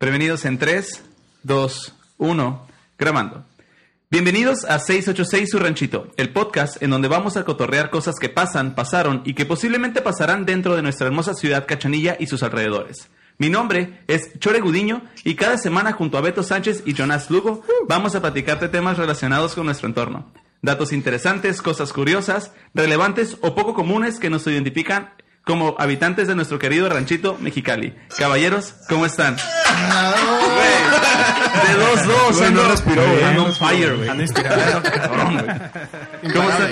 Bienvenidos en 3, 2, 1, grabando. Bienvenidos a 686 Su Ranchito, el podcast en donde vamos a cotorrear cosas que pasan, pasaron y que posiblemente pasarán dentro de nuestra hermosa ciudad Cachanilla y sus alrededores. Mi nombre es Chore Gudiño y cada semana junto a Beto Sánchez y Jonas Lugo vamos a platicarte temas relacionados con nuestro entorno. Datos interesantes, cosas curiosas, relevantes o poco comunes que nos identifican como habitantes de nuestro querido ranchito Mexicali. Caballeros, ¿cómo están? De dos, dos, Güey, no ando- respiró, ando güey. on fire, güey. Ando inspirado. Cabrón, güey. ¿Cómo estás?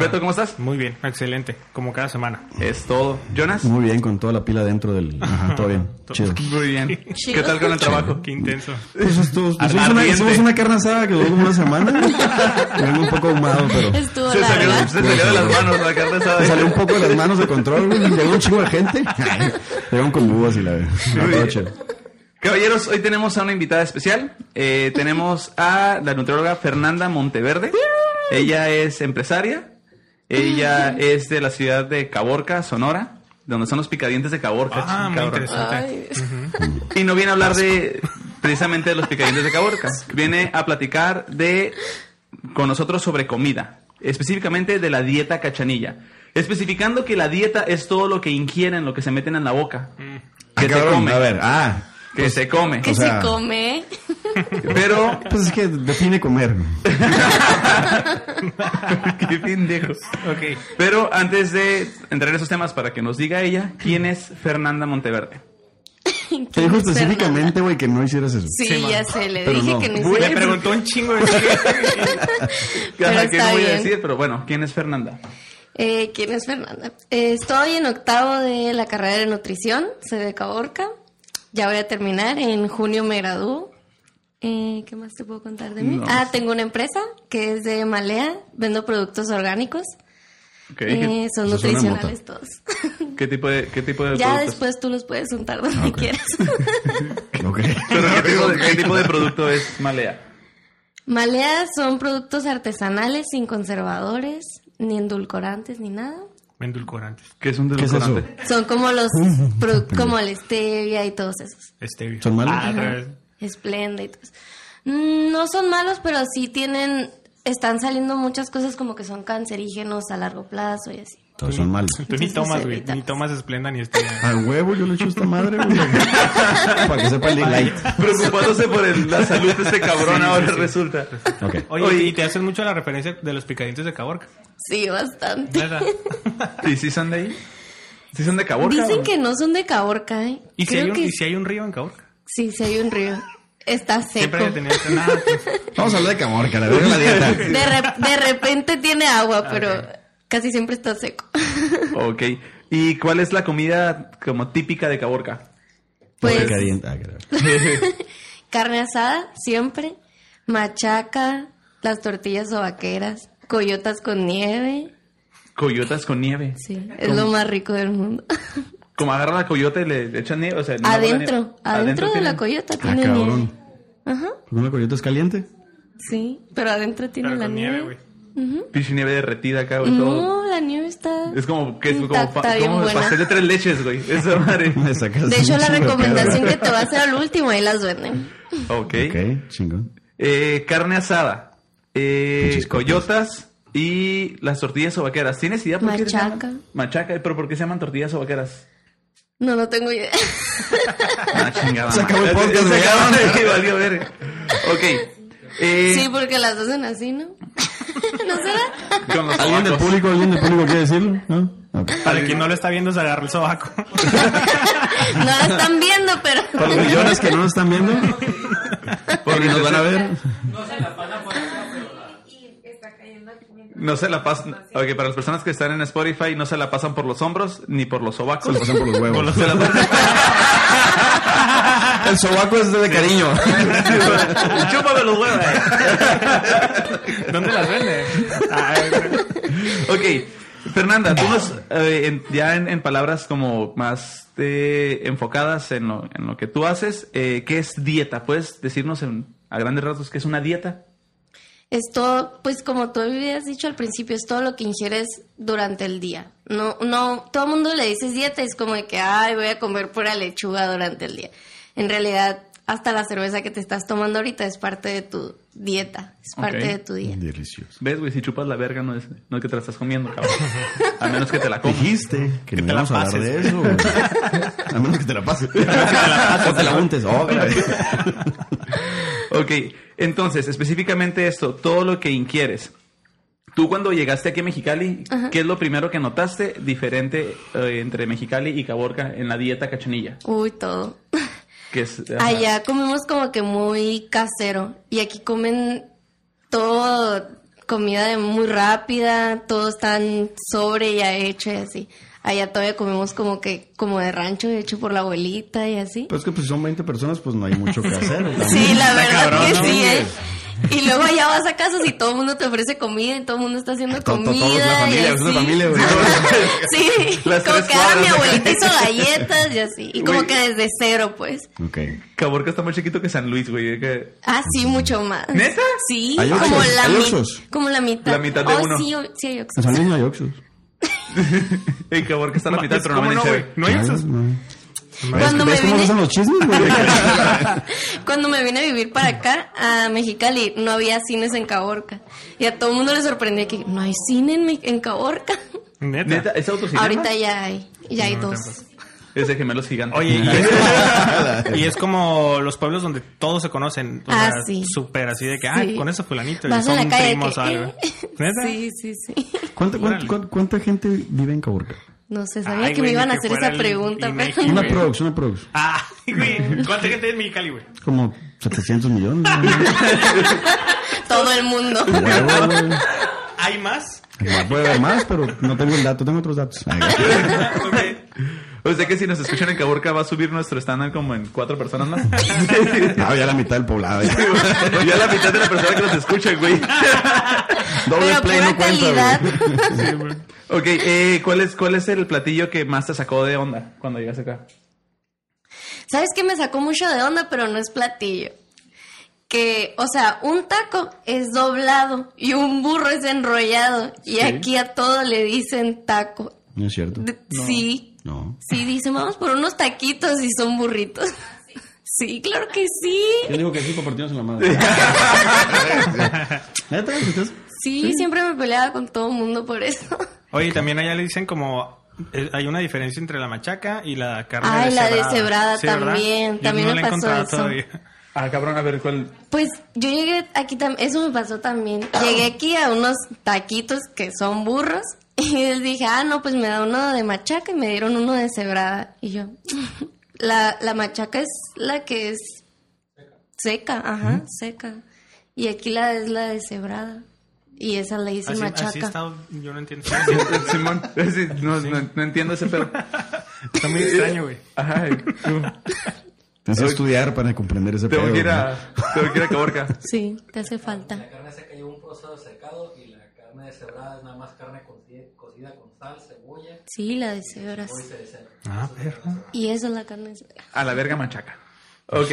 Beto, ¿cómo estás? Muy bien, excelente. Como cada semana. Es todo. ¿Jonas? Muy bien, con toda la pila dentro del... Ajá, todo bien. Chido. Muy bien. ¿Qué tal con el trabajo? Qué intenso. Pues esto- hicimos una, Ardiente. hicimos una carne asada que duró como una semana. Vengo un poco ahumado, pero... Estuvo Se salió, larga. se salió de las manos la carne asada. Me salió un poco de las manos de control, güey. Llegó un chingo de gente. Llegó con búhos y la verdad. Muy bien. chido. Caballeros, hoy tenemos a una invitada especial. Eh, tenemos a la nutrióloga Fernanda Monteverde. Ella es empresaria. Ella es de la ciudad de Caborca, Sonora, donde son los picadientes de Caborca. Ah, muy cabrón. interesante. Ay, Y no viene a hablar de precisamente de los picadientes de Caborca. Viene a platicar de con nosotros sobre comida, específicamente de la dieta cachanilla, especificando que la dieta es todo lo que ingieren, lo que se meten en la boca, Mm. que se Cabrón, come, A ver, ah. que se come. que O sea- se come. Pero Pues es que define comer. güey. qué pendejos. Ok. Pero antes de entrar en esos temas para que nos diga ella, ¿quién es Fernanda Monteverde? Te dijo específicamente, güey, que no hicieras eso. Sí, Sí, ya man. sé, le Pero dije no. que no Uy, hiciera le preguntó un chingo de chingo. Pero Ajá, que no está voy a bien. decir, pero bueno, ¿quién es Fernanda? Eh, ¿Quién es Fernanda? Eh, estoy en octavo de la carrera de nutrición, soy de Caborca. Ya voy a terminar, en junio me gradúo. Eh, ¿Qué más te puedo contar de mí? No. Ah, tengo una empresa que es de Malea, vendo productos orgánicos. Ok, Eh, ¿Qué, son Eso suena a nutricionales todos. qué tipo de qué tipo de ya productos? después tú los puedes untar donde quieras. Ok. Pero, ¿qué, tipo de, qué tipo de producto es Malea? Maleas son productos artesanales sin conservadores, ni endulcorantes, ni nada. Endulcorantes. ¿Qué es un ¿Qué es eso? desodorante? Son como los produ- como el stevia y todos esos. Stevia. ¿Son malos? Ah, al revés. Esplenda y todo eso. Mm, No son malos, pero sí tienen están saliendo muchas cosas como que son cancerígenos a largo plazo y así. Todos son malos. Tú ni Entonces, tomas, se güey. evita. Ni tomas Esplenda ni Stevia. A huevo, yo le echo esta madre, güey. Para que sepa el Big light. Preocupándose por el- la salud de este cabrón Sí, ahora sí, sí. resulta. Ok. Oye, Oye. y te hacen mucho la referencia de los picadientes de Caborca. Sí, bastante. ¿Verdad? ¿Y si son de ahí? ¿Sí son de Caborca? Dicen que no son de Caborca, ¿eh? ¿Y si, hay Creo un, que y si hay un río en Caborca. sí, sí hay un río. Está seco. Siempre que tenía nada. Vamos a hablar de camorca, la verga la dieta. De, rep- de repente tiene Ah, agua, pero casi siempre está seco. Ok. ¿Y cuál es la comida como típica de Caborca? Pues Picadiente. Ah, claro. Carne asada, siempre. Machaca, las tortillas o vaqueras, coyotas con nieve. Coyotas con nieve. Sí, es lo más rico del mundo. Como agarra la coyota y le, le echan nieve. O sea, en una bola de nieve. adentro, adentro de la tienen- coyota Ah, tiene nieve. cabrón. Ajá, ¿Por qué una coyota es caliente? sí, pero adentro tiene Pero la con nieve, nieve. güey. Pinche nieve derretida acá, güey. Todo. no, la nieve está. Es como, que es como, intacta, pa- bien como buena. pastel de tres leches, güey. Esa madre. Me sacas De hecho, un la chingo de recomendación pedo. que te va a hacer al último, ahí las venden. Ok. Ok, chingón. Eh, carne asada. Eh, Pinches copias. coyotas. Y las tortillas o vaqueras. ¿Tienes idea por qué se Machaca. llaman? Machaca. ¿Pero por qué se llaman tortillas o vaqueras? No, no tengo idea. Ah, chingada. Se acabó el madre. podcast, Se güey. acabó, sí, valió verga. Ok. Eh, Sí, porque las hacen así, ¿no? ¿No será? con los ¿Alguien del tabacos. público, alguien del público quiere decirlo? ¿No? Ok. Para quien no lo está viendo, se agarra el sobaco. No la están viendo, pero. Para los millones que no nos están viendo, porque nos van a ver. No se la pasan. Ok, para las personas que están en Spotify, no se la pasan por los hombros ni por los Se sobacos. lo pasan por los Por los- huevos. se la pasan- Ah, El sobaco es de cariño. Chúpame los huevos. eh. ¿Dónde las vende? Ay, güey. Ok, Fernanda, tú nos, eh, en- ya en, en palabras como más eh, enfocadas en lo, en lo que tú haces, eh, ¿qué es dieta? ¿Puedes decirnos en- a grandes rasgos qué es una dieta? Es todo, pues como tú habías dicho al principio, es todo lo que ingieres durante el día. No, no, todo el mundo le dices dieta, es como de que, ay, voy a comer pura lechuga durante el día. en realidad hasta la cerveza que te estás tomando ahorita es parte de tu dieta, es parte Ok. de tu día. Delicioso. ¿Ves, güey? Si chupas la verga, no es, no es que te la estás comiendo, cabrón. A menos que te la comas. Dijiste que, Que te no la íbamos a hablar pases. de eso. güey. A menos que te la pases. O te la untes. Oh, Ok, entonces, específicamente esto, todo lo que inquieres. Tú cuando llegaste aquí a Mexicali, ¿qué es lo primero que notaste diferente eh, entre Mexicali y Caborca en la dieta cachanilla? Uy, todo. Que es, Este, ajá. Allá comemos como que muy casero y aquí comen todo comida de muy rápida, todo tan sobre ya hecho y así. Allá todavía comemos como que como de rancho hecho por la abuelita y así. Pues que pues, son 20 personas, pues no hay mucho que hacer. ¿verdad? Sí, la Está verdad cabrón, que ¿no? sí, ¿eh? Y luego allá vas a casas y todo el mundo te ofrece comida y todo el mundo está haciendo To- to- comida. todos, la familia, y es una así. familia, güey. Sí, Las como tres que ahora mi cuadras acá. abuelita hizo galletas y así. Y como Güey. que desde cero, pues. Ok. Caborca está más chiquito que San Luis, güey. eh, que- Ah, sí, mucho más. ¿Neta? Sí, ¿Hay como, Oxxos? la ¿Hay mi- Oxxos? como la mitad. La mitad de Oh, uno. Sí, o- sí hay Oxxos. En San Luis no hay Oxxos. Ey, Caborca está a la mitad, pero no ¿Cómo me güey? ¿No hay Ay, esos? no. Cuando me ¿Ves cómo vine- pasan los chismes, güey? Cuando me vine a vivir para acá, a Mexicali, no había cines en Caborca. Y a todo el mundo le sorprendía que no hay cine en, Mi- en Caborca. Neta. Neta, ¿es Pues autocinema? Ahorita ya hay, ya hay dos. Es de gemelos gigantes. Oye, y es, como, y es como los pueblos donde todos se conocen. O Ah, sea, sí. Súper así de que, ah, Sí. con eso fulanito. y Vas a son la calle primos que, o algo. eh, ¿Neta? Sí, sí, sí. ¿Cuánta, cuánta, Órale. cuánta- cuánta gente vive en Caborca? No sé, sabía Ay, que güey, me iban ni a que hacer fuera esa el pregunta, Inegi, pero Una güey. prox, una prox. Ah, güey. ¿Cuánta gente hay en Mexicali, güey? Como 700 millones. ¿no? todo el mundo. Huevo, güey. ¿Hay más? Igual Puede haber más, pero no tengo el dato, tengo otros datos. Ay, O sea que si nos escuchan en Caborca va a subir nuestro estándar como en cuatro personas más. No, ya la mitad del poblado. ya. ya la mitad de la persona que nos escucha, güey. Doble pero play pura no cuenta, calidad. güey. Ok, eh, ¿cuál, es, ¿cuál es el platillo que más te sacó de onda cuando llegaste acá? ¿Sabes qué me sacó mucho de onda, pero no es platillo? Que, o sea, un taco es doblado y un burro es enrollado. Y aquí a todo le dicen taco. No es cierto. D- Sí, No. sí, dicen, vamos por unos taquitos y son burritos. Sí, claro que sí. Yo digo que sí, por partidos en la madre. ¿Neta? ¿Ustedes? Sí, siempre me peleaba con todo el mundo por eso. Oye, también allá le dicen como... eh, hay una diferencia entre la machaca y la carne Ay, la deshebrada. deshebrada Sí, ¿verdad? también, Yo también no la me he pasó encontrado eso. todavía. Ah, cabrón, a ver, ¿cuál? Pues yo llegué aquí también, eso me pasó también. Llegué aquí a unos taquitos que son burros y les dije, ah, no, pues me da uno de machaca y me dieron uno de cebrada. Y yo, la, la machaca es la que es seca, ajá, seca. Y aquí la es la de cebrada. Y esa le dicen Así, así machaca. está, yo no entiendo. Simón, Sí, no, no- no entiendo ese pedo. Está muy extraño, güey. Ajá, tú. Tienes que estudiar para comprender ese pedo. tengo que ir ¿no? a, tengo que ir a Caborca. Sí, te hace falta. La carne seca lleva un proceso de secado y la carne deshebrada es nada más carne coci- cocida con sal, cebolla Sí, la de cebras. y se desea. Ah, perro. Y esa es la carne de cebra. A la verga machaca. Ok.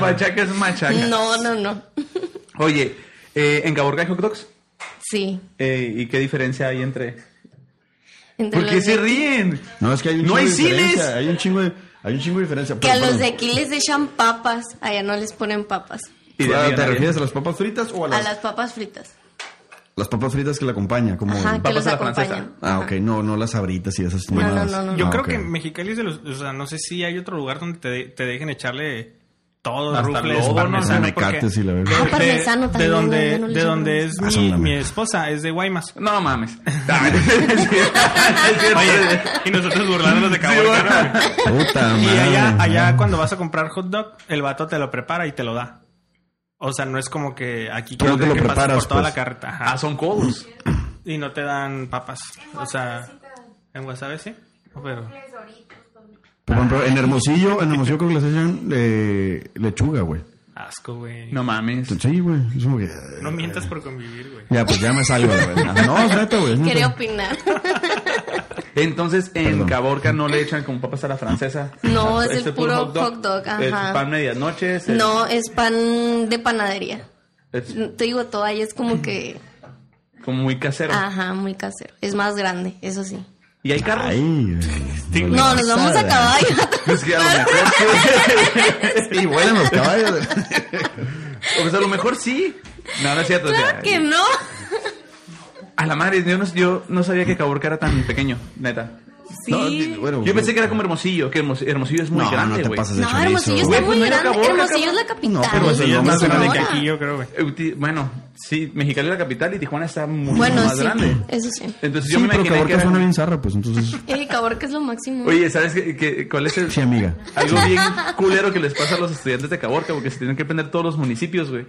machaca es machaca. No, no, no. Oye, eh, ¿en Caborca hay hot dogs? Sí. Eh, ¿Y qué diferencia hay entre...? entre ¿Por qué los se de- ríen? No, es que hay un No chingo hay de diferencia, cines. Hay un chingo de, hay un chingo de diferencia. Que a Pero, los de perdón, aquí les echan papas, allá no les ponen papas. Y de Ah, ¿Te millonario. refieres a las papas fritas o a A las, las papas fritas. las papas fritas que la acompañan? Como Ajá, que Papas los a la francesa. acompañan. Ah, ok, no, no las abritas y esas No, no, mamadas. no, no, no. Yo Ah, creo ok. que Mexicali es de los... O sea, no sé si hay otro lugar donde te, de- te dejen echarle todo, Hasta rufles, lodo, ¿no? parmesano, Hasta mecates porque y la verga. de- Ah, de- parmesano De también, donde, no, no le de echan donde es parmesano. Ah, son mi, la mi mejor. esposa, es de Guaymas. No mames. Oye, y nosotros burlándonos de Caborca, ¿no, güey? Puta Y madre. allá, allá cuando vas a comprar hot dog, el vato te lo prepara y te lo da. O sea, no es como que aquí ¿Cómo te que lo pases preparas, por toda pues? la carreta. Ajá. Ah, son codos. Y no te dan papas. O sea, en wasabi sí. Pero, Por ejemplo, en Hermosillo, en Hermosillo creo que les echan eh, lechuga, güey. asco, güey. No. No mames. Sí, güey. Es como que... eh, mientas por convivir, güey. Ya, pues ya me salgo, la verdad. No, es neta, güey. es neta. Quería opinar. Entonces, en Perdón. Caborca no le echan con papas a la francesa. No, Ah, es el puro hot dog, ajá. El pan medianoche. es el- No, es pan de panadería. es Te digo, todo ahí es Mm. como que... como muy casero. Ah. Ajá, muy casero. Es más grande, eso sí. Y hay carros. Ay, güey. Sting. No, nos vamos a caballo. Es que a lo mejor sí. Y vuelan los caballos. Pues a lo mejor sí. No, no es cierto. o sea, Claro que no. A la madre, yo no, yo no sabía que Caborca era tan pequeño, neta. Sí. No, bueno, Yo pensé que era como Hermosillo, que Hermos- Hermosillo es muy No, grande, no te güey. pases de No, chorizo. Hermosillo está Güey, pues muy no era grande. Acapulco, Hermosillo es la Acapulco. capital. No, pero Pues de Hermosillo es más grande Sonora. de aquí, yo creo, güey. Eh, ti- Bueno, sí, Mexicali es la capital y Tijuana está mucho Bueno, más sí. grande. Eso sí. Entonces Sí, yo me pero imaginé que Caborca era... suena bien zarra, pues entonces. Y Caborca es lo máximo. Oye, ¿sabes qué, qué- cuál es el...? Sí, amiga. Algo bien culero que les pasa a los estudiantes de Caborca, porque se tienen que aprender todos los municipios, güey.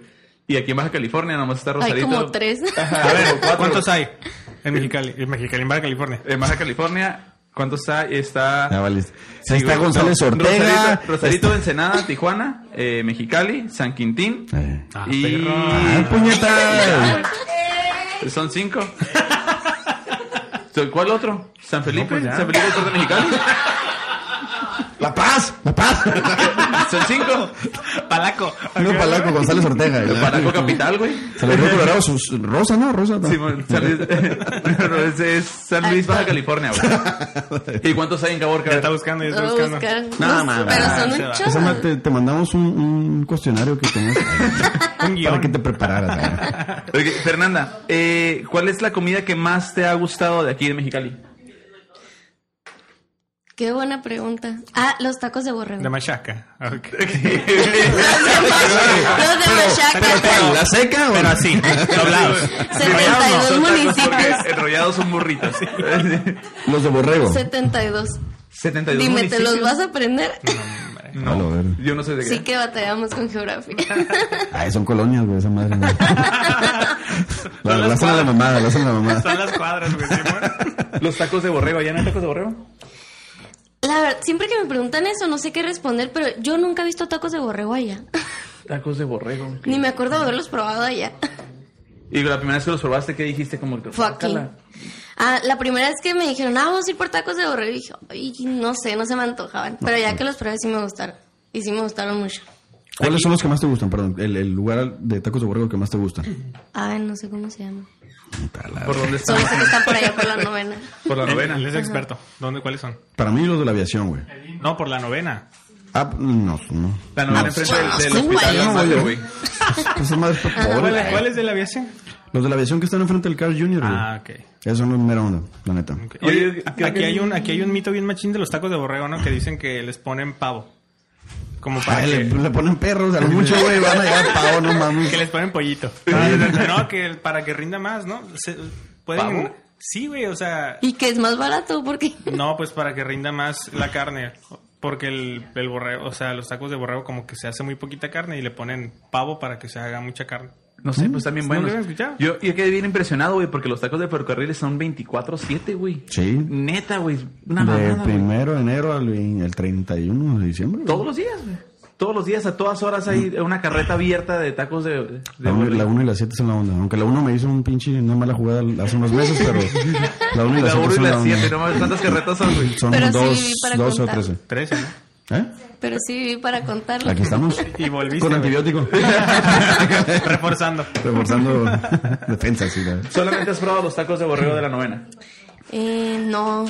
Y aquí en Baja California nada más está Rosarito. como tres. Ajá, A ver, como cuatro. ¿cuántos hay? En Mexicali, en Mexicali, en Baja California. En Baja California, ¿cuántos hay? Está... Ya valiste. Sí, Ahí está güey, González no, Ortega. Este- Rosarito, Rosarito Ensenada, Tijuana, eh, Mexicali, San Quintín. Eh. Ah, y... perro. ¡Ay, puñetas! Son cinco. So, ¿Cuál otro? ¿San Felipe? pues ya. ¿San Felipe es de Mexicali? ¡La Paz! ¡La Paz! Son cinco. Palaco. No, Palaco, González Ortega. El Paraco Capital, güey. Se lo dio Colorado. sus- Rosa, ¿no? Rosa. ¿no? Sí, bueno, San Luis, no, ese es San Luis, Baja California, güey. ¿Y cuántos hay en Ya está Caborca? buscando, ya Lo está voy a buscando. buscar. No, No sé, mames. Pero son Ah, un se Esa madre, chorro. te, te mandamos un, un cuestionario que tengas Un para guión. que te prepararas. ¿no? Ok, Fernanda, eh, ¿cuál es la comida que más te ha gustado de aquí de Mexicali? Qué buena pregunta. Ah, los tacos de borrego. De machaca. Ok. Los de Machaca. ¿La Ah, seca o Pero así, doblados. 72 Son tacos municipios. porque enrollados son burritos. Los de borrego. 72. 72 Dime, ¿te los municipios. vas a aprender? A lo ver. Yo no sé de qué. Sí que batallamos con geografía. Ay, son colonias, güey, esa madre. ¿no? La, la hacen a la mamada, la hacen a la mamada. Son las cuadras, güey. ¿sí, amor? Los tacos de borrego, ¿ya no hay tacos de borrego? La verdad, siempre que me preguntan eso, no sé qué responder, pero yo nunca he visto tacos de borrego allá. Tacos de borrego. Ni me acuerdo de haberlos probado allá. Y la primera vez que los probaste, ¿qué dijiste? Como que Fue aquí. Ah, la primera vez que me dijeron, ah, vamos a ir por tacos de borrego, y dije, "Ay, no sé, no se me antojaban. Pero ya que los probé, sí me gustaron. Y sí me gustaron mucho. ¿Cuáles son los que más te gustan? Perdón, el, el lugar de tacos de borrego que más te gustan. Ay, no sé cómo se llama. ¿Por dónde Solo estamos? sé que está por allá por la novena. Por la novena. Él es experto. ¿Dónde, cuáles son? Para mí los de la aviación, güey. No, por la novena. Ah, no, no. La novena No. enfrente del, del Sí, hospital. Alma Ah, güey. Mater, No, güey. Esa madre es para ¿Cuál, pobres. cuál es de Ah, la aviación? Los de la aviación que están enfrente del Carl Jr., güey. Ah, ok. Esos son los mera onda, la neta. Ok. Oye, Oye, creo aquí que- hay un aquí hay un mito bien machín de los tacos de borrego, ¿no? Que dicen que les ponen pavo. Como para Ay, le, que, le ponen perros, a lo mucho, güey, van a llegar pavo, no que mames. les ponen pollito. Ah, No, que para que rinda más, ¿no? Se- pueden ¿Pavo? Sí, güey, o sea, Y que es más barato porque no, pues para que rinda más la carne, porque el, el borrego, o sea, los tacos de borrego como que se hace muy poquita carne y le ponen pavo para que se haga mucha carne. No sé, pues también ¿No lo buenos. habían escuchado? Yo, yo quedé bien impresionado, güey, porque los tacos de ferrocarriles son 24-7, güey. Sí. Neta, güey. Una De mamada, güey. primero de enero al vein- el 31 de diciembre. güey. Todos los días, güey. Todos los días, a todas horas hay una carreta abierta de tacos de, de Mm. La 1 borrego. la una y la 7 son la onda. Aunque la 1 me hizo un pinche una mala jugada hace unos meses, pero la 1 y la La 7 1 y son la la 7, no onda. mames, ¿cuántas carretas son, güey? Son Pero sí, 2 para o contar. 13. Trece, ¿no? ¿Eh? Pero sí viví para contarlo. Aquí estamos. Y volviste. Con güey. antibiótico. Reforzando. Reforzando defensas. Sí, la- Solamente has probado los tacos de borrego de la novena. Eh, no,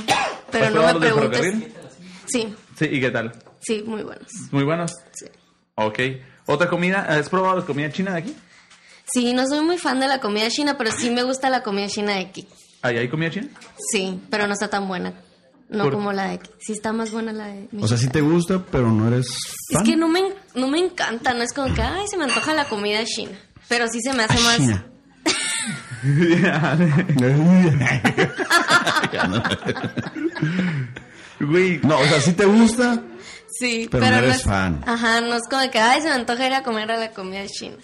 pero ¿Has no probado me los de preguntes. ferrocarril? Sí, Sí, ¿y qué tal? sí, muy buenos. Muy buenos. Sí. Ok. ¿Otra comida? ¿Has probado la comida china de aquí? Sí, no soy muy fan de la comida china, pero sí me gusta la comida china de aquí. ¿Ahí hay comida china? Sí, pero no está tan buena. No ¿Por- como la de aquí. Sí está más buena la de México. O sea, sí te gusta, pero no eres Es fan. que no me, en- no me encanta, no es como que, ay, se me antoja la comida china. Pero sí se me hace más... Ah, China. Güey, No, o sea, sí te gusta. Sí, Pero no eres es, fan. Ajá, no es como que, ay, se me antoja ir a comer a la comida china.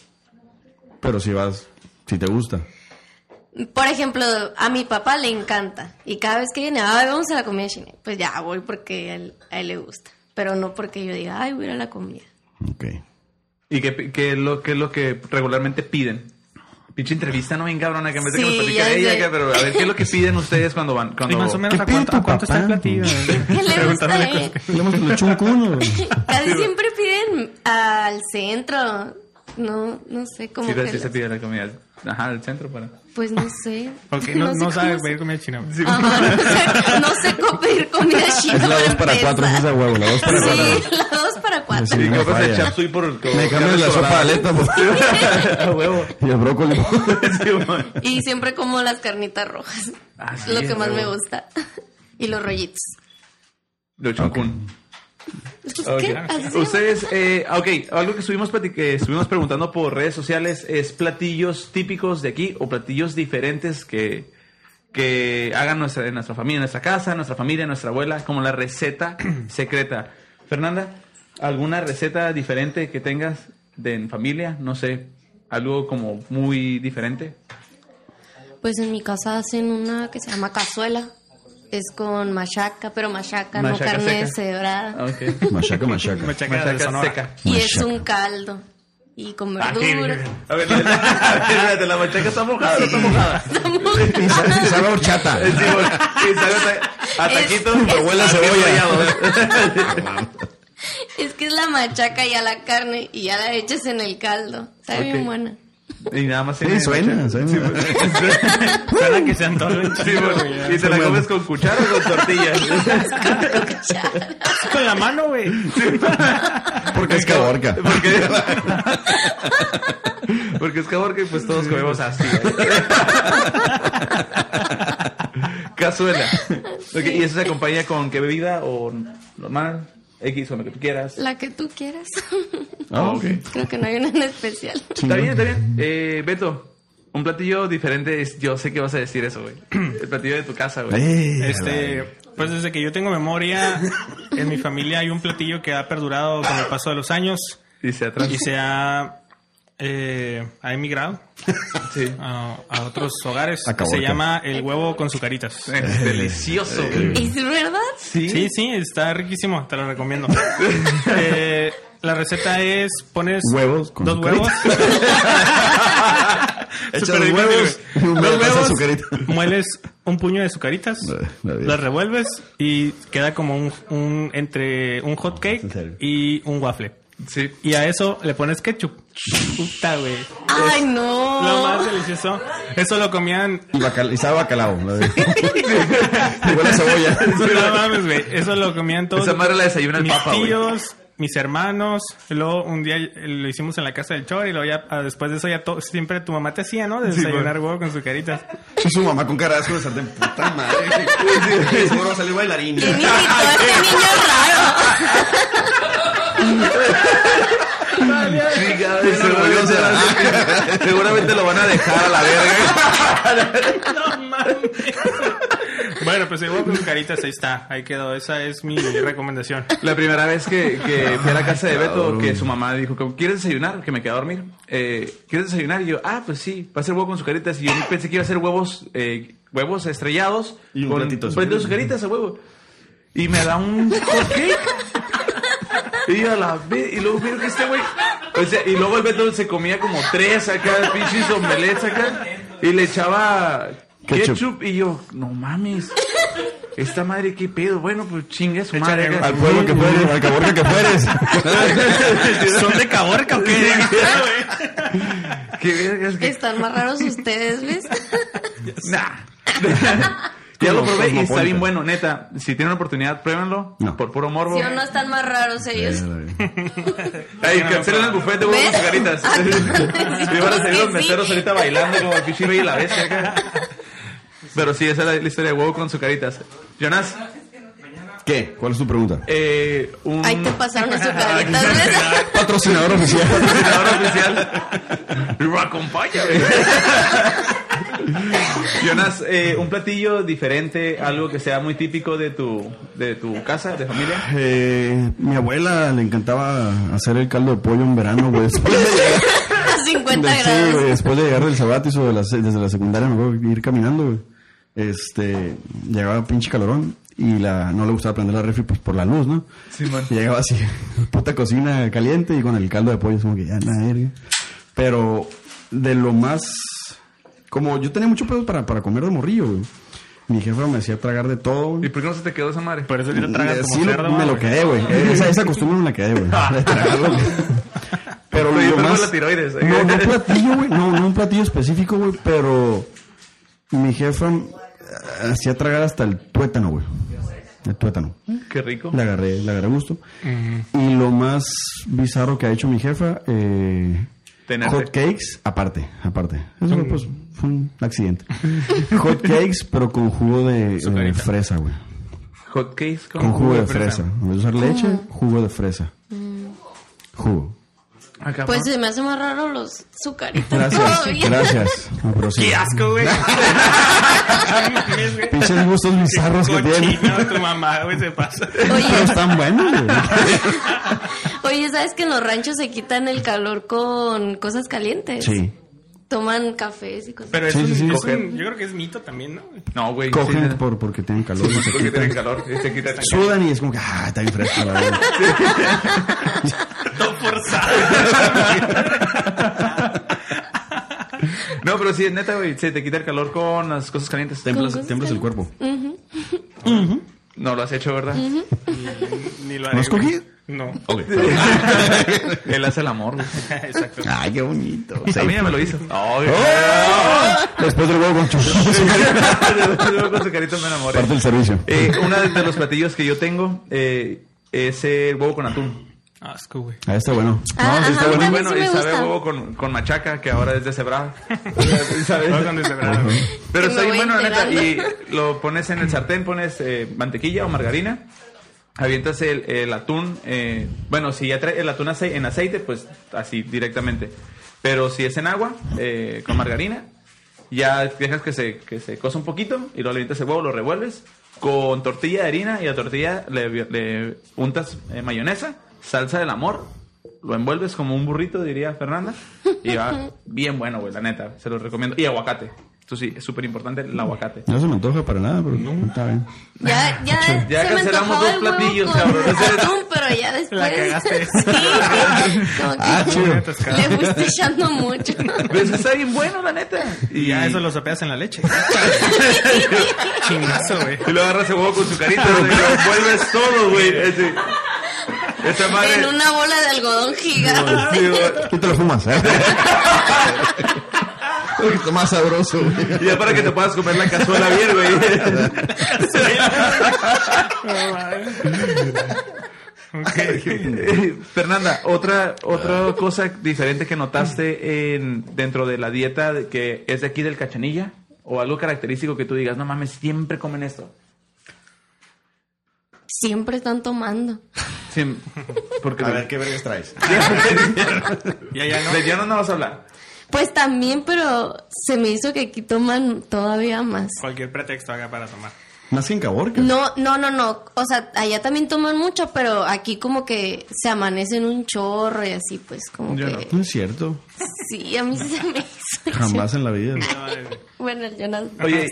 Pero si vas, si te gusta. Por ejemplo, a mi papá le encanta. Y cada vez que viene, ay, vamos a la comida china. Pues ya voy porque a él, a él le gusta. Pero no porque yo diga, ay, voy a ir a la comida. Ok. ¿Y qué, pi- qué es lo, qué es lo que regularmente piden? Pinche entrevista no bien cabrona que me parece que Sí, nos platica ya ella, sé. que- pero a ver, ¿qué es lo que piden ustedes cuando van? Y Cuando... más o menos ¿Qué a cuánto, pide tu a cuánto está el papá? platillo. ¿Qué le Preguntándole gusta, eh? cosas. Le hemos le echó un culo. güey. Casi siempre piden al centro. no, no sé cómo. Sí, que sí se los- pide la comida. Ajá, del centro para. Pues no sé. Porque no, no, cómo sabe se- pedir comida china. güey. Ajá, no sé- no sé cómo pedir comida china. Es la 2 para antes. 4, es esa huevo, la 2 para 4. Sí, la dos para cuatro. Sí, Y no capaz falla. el chapsui por el Me cambias la sopa de aleta A huevo. por- y el brócoli. Sí, man. Y siempre como las carnitas rojas. Ah, Es sí, lo que más me huevo. gusta. Y los rollitos. Lo chuncún. Pues, Ok. ¿qué? Así se llama. Ustedes, eh, ok, algo que estuvimos, plati- que estuvimos preguntando por redes sociales es platillos típicos de aquí o platillos diferentes que, que hagan nuestra, en nuestra familia, en nuestra casa, en nuestra familia, en nuestra abuela, como la receta secreta. Fernanda, ¿alguna receta diferente que tengas de en familia? No sé, algo como muy diferente. Pues en mi casa hacen una que se llama cazuela. Es con machaca, pero machaca, Machaca no carne seca. Ah, deshebrada. Ah, Ok. Machaca, machaca. Machaca de Machaca Sonora. seca. Y es Machaca. un caldo. Y con Ah, sí, verduras. A ver, la, a ver, la machaca está mojada, o no está mojada. Y sa- y sabe a horchata. Sí, bueno, sí, sabe hasta- a taquito, pero huele a cebolla. Es que es la machaca y a la carne y ya la echas en el caldo. Está Ok. bien buena. Y nada más Sí, suena, Sí, suena. Suena que se antoja un sí, chingo, bueno, güey, ya. y te la comes con cuchara o con tortilla. Con la mano, güey. Porque es caborca. Porque, porque es que porque pues todos comemos así. Cazuela. Ok, ¿Y eso se acompaña con qué bebida o normal? X o lo que tú quieras. La que tú quieras. Ah, ok. Creo que no hay una en especial. Está bien, está bien. Eh, Beto, un platillo diferente es. Yo sé que vas a decir eso, güey. El platillo de tu casa, güey. Eh, Este, pues desde que yo tengo memoria, en mi familia hay un platillo que ha perdurado con el paso de los años Y se atrás. y se ha, eh, ha emigrado Sí. a, a otros hogares. Acabó, se acabó. llama el huevo con sucaritas. Es delicioso, güey. ¿Es verdad? Sí. Sí, sí, está riquísimo, te lo recomiendo. Eh, la receta es, pones Huevos con dos huevos, Echa Súper los difícil, huevos y güey. un Dos huevo pasa huevos, azucarita. mueles un puño de sucaritas, Eh, la vida. las revuelves y queda como un, un- entre un hot cake En serio. y un waffle. Sí. Y a eso le pones ketchup. Puta, güey. Ay, Lo más no. delicioso. Eso lo comían. Y bacal- y sabe a bacalao. la de- Y huele a cebolla. No mames, güey. Eso lo comían todos. Esa madre la desayuna el mis papa, güey. tíos, mis hermanos. Luego un día eh, lo hicimos en la casa del Chor y luego ya ah, después de eso ya to- siempre tu mamá te hacía, ¿no? De desayunar huevo con sucaritas. Su mamá con carrasco de sartén. Puta madre. güey. Seguro va a salir bailarina. ¿Quién invitó a este niño raro? Chingada, seguramente, seguramente lo van a dejar a la verga. No mames. Bueno, pues el huevo con sucaritas ahí está. Ahí quedó. Esa es mi recomendación. La primera vez que, que fui a la casa de Beto, que su mamá dijo, como, ¿quieres desayunar? Que me quedé a dormir. Eh, ¿Quieres desayunar? Y yo, ah, pues sí, va a ser huevo con sucaritas. Y yo pensé que iba a ser huevos, eh, huevos estrellados. Y un con platito de platito de sucaritas a huevo. Y me da un hot cake. Y yo a la ve- y luego miro que este güey. O sea, y luego el Beto se comía como tres acá, pinches omelettes acá. Y le echaba ketchup. Ketchup. Y yo, no mames. Esta madre, qué pedo. Bueno, pues chingue a su Échale madre. Al pueblo que fueres, al caborca que fueres. ¿Son de caborca o qué? Qué vergas que. Están más raros ustedes, ¿ves? Nah. ya lo Como probé y está cosmopolita. bien bueno, neta. Si tienen oportunidad, pruébenlo. No. Por puro morbo. Si o no están más raros ellos. Eh. Ay, cancelen el buffet de huevos ¿Ves? con caritas. Ah, Y van a salir los sí. meseros ahorita bailando como el pinche Bella y la bestia acá. Pero sí, esa es la, la historia de huevo con sus caritas. Jonas, ¿Qué? ¿Cuál es tu pregunta? eh, un Ahí te pasaron a su carita, ¿ves? Patrocinador oficial. patrocinador oficial. Lo acompaña, güey. Jonas, eh, un platillo diferente, algo que sea muy típico de tu, de tu casa, de familia. Eh, mi abuela le encantaba hacer el caldo de pollo en verano, güey. Después de llegar, A 50 de- sí, güey, grados. después de llegar del sabatizo de la se- desde la secundaria, me acuerdo ir caminando, güey. Este, llegaba pinche calorón y la, no le gustaba prender la refri pues, por la luz, ¿no? Sí, man. Y llegaba así, puta cocina caliente y con el caldo de pollo, es como que ya, la verga. Pero de lo más. Como yo tenía mucho pedo para, para comer de morrillo, güey. Mi jefa me hacía tragar de todo. güey. ¿Y por qué no se te quedó esa madre? Por eso te tragas Eh, como sí, lo- cerdo, me lo güey. quedé, güey. Eh, Esa, esa costumbre me la quedé, güey. De tragarlo, güey. Pero Estoy lo enfermo de más... la tiroides, eh. No, no platillo, güey. No, no un platillo específico, güey. Pero mi jefa eh, hacía tragar hasta el tuétano, güey. El tuétano. Qué rico. Le agarré, le agarré gusto. Y lo más bizarro que ha hecho mi jefa, eh, Tenerte. hot cakes, aparte, aparte. Eso fue, pues, fue un accidente. hot cakes, pero con jugo de eh, Azucarita. fresa, güey. Hot cakes con, Con jugo de fresa. En vez de usar leche, jugo de fresa. Mm. Jugo. Acá, Pues ¿no? se me hace más raro los sucaritas. Gracias, todavía. gracias. No, pero sí. ¡Qué asco, güey! Pinches gustos bizarros que tiene. Cochino, tu mamá, güey, se pasa. Pero Oye, están buenos, güey. oye, ¿sabes que en los ranchos se quitan el calor con cosas calientes? Sí. Toman cafés y cosas. Pero es Sí, un- sí, sí. es un- Coger. yo creo que es mito también, ¿no? No, güey. Cogen sí, por, porque tienen calor. no sé porque qué. tienen calor. y Se quita Sudan y es como que, ah, está bien fresco, la verdad. Todo forzado. No, pero sí, neta, güey. Se te quita el calor con las cosas calientes. Con cosas Tiemblas el cuerpo. Mm. No lo has hecho, ¿verdad? Ni lo ¿No haré. has güey. cogido? No. Él hace el amor, güey. Exacto. Ay, qué bonito. A mí ya me lo hizo. Ay, ¡Oh! Después del huevo con Yo con su carita me enamoré. Parte del servicio. Eh, uno de los platillos que yo tengo eh, es el huevo con atún. Asco, güey. Ah, está bueno. Ah, sí, está ajá, a mí bueno. también. bueno, sí me y sabe gusta. a huevo con, con machaca, que ahora es de cebrada. ¿Sabes? Todo con deshebrada, güey. Pero Que está me bien voy bueno, la neta. Y enterando. lo pones en el sartén, pones eh, mantequilla o margarina. Avientas el, el atún. eh, bueno, si ya trae el atún ace- en aceite, pues así directamente. Pero si es en agua, eh, con margarina, ya dejas que se, que se cosa un poquito y lo avientas el huevo, lo revuelves con tortilla de harina y a tortilla le, le untas eh, mayonesa, salsa del amor, lo envuelves como un burrito, diría Fernanda, y va bien bueno, güey, la neta, se lo recomiendo. Y aguacate, esto sí, es súper importante el aguacate. No se me antoja para nada, pero está bien. Ya, ya, Ya se me cancelamos antojaba dos el huevo platillos, con cabrón. atún, pero ya después. La cagaste. Sí, como que Ah, chido. le fuiste echando mucho. Pues está bien bueno, la neta. Y ya eso lo sopeas en la leche. Chingazo, güey. Y lo agarras el huevo con su carita, güey, y lo envuelves todo, güey. Ese- Esa madre... En una bola de algodón gigante. Sí, güey. Tú te lo fumas, ¿eh? Porque está más sabroso, güey. Y ya para que te puedas comer la cazuela bien, güey. Ok. Eh, Fernanda, otra otra cosa diferente que notaste en, dentro de la dieta de- que es de aquí del Cachanilla o algo característico que tú digas, no mames, siempre comen esto. Siempre están tomando. Sí, porque A ver, ¿qué vergas traes? Ya, ya no. de ya no nos vas a hablar. Pues también, pero se me hizo que aquí toman todavía más. Cualquier pretexto haga para tomar. Más que en Caborca. No, no, no, no. O sea, allá también toman mucho, pero aquí como que se amanecen un chorro y así, pues como Yo que. No es cierto. Sí, a mí se me hizo. Jamás en la vida. Bueno, yo no. Oye,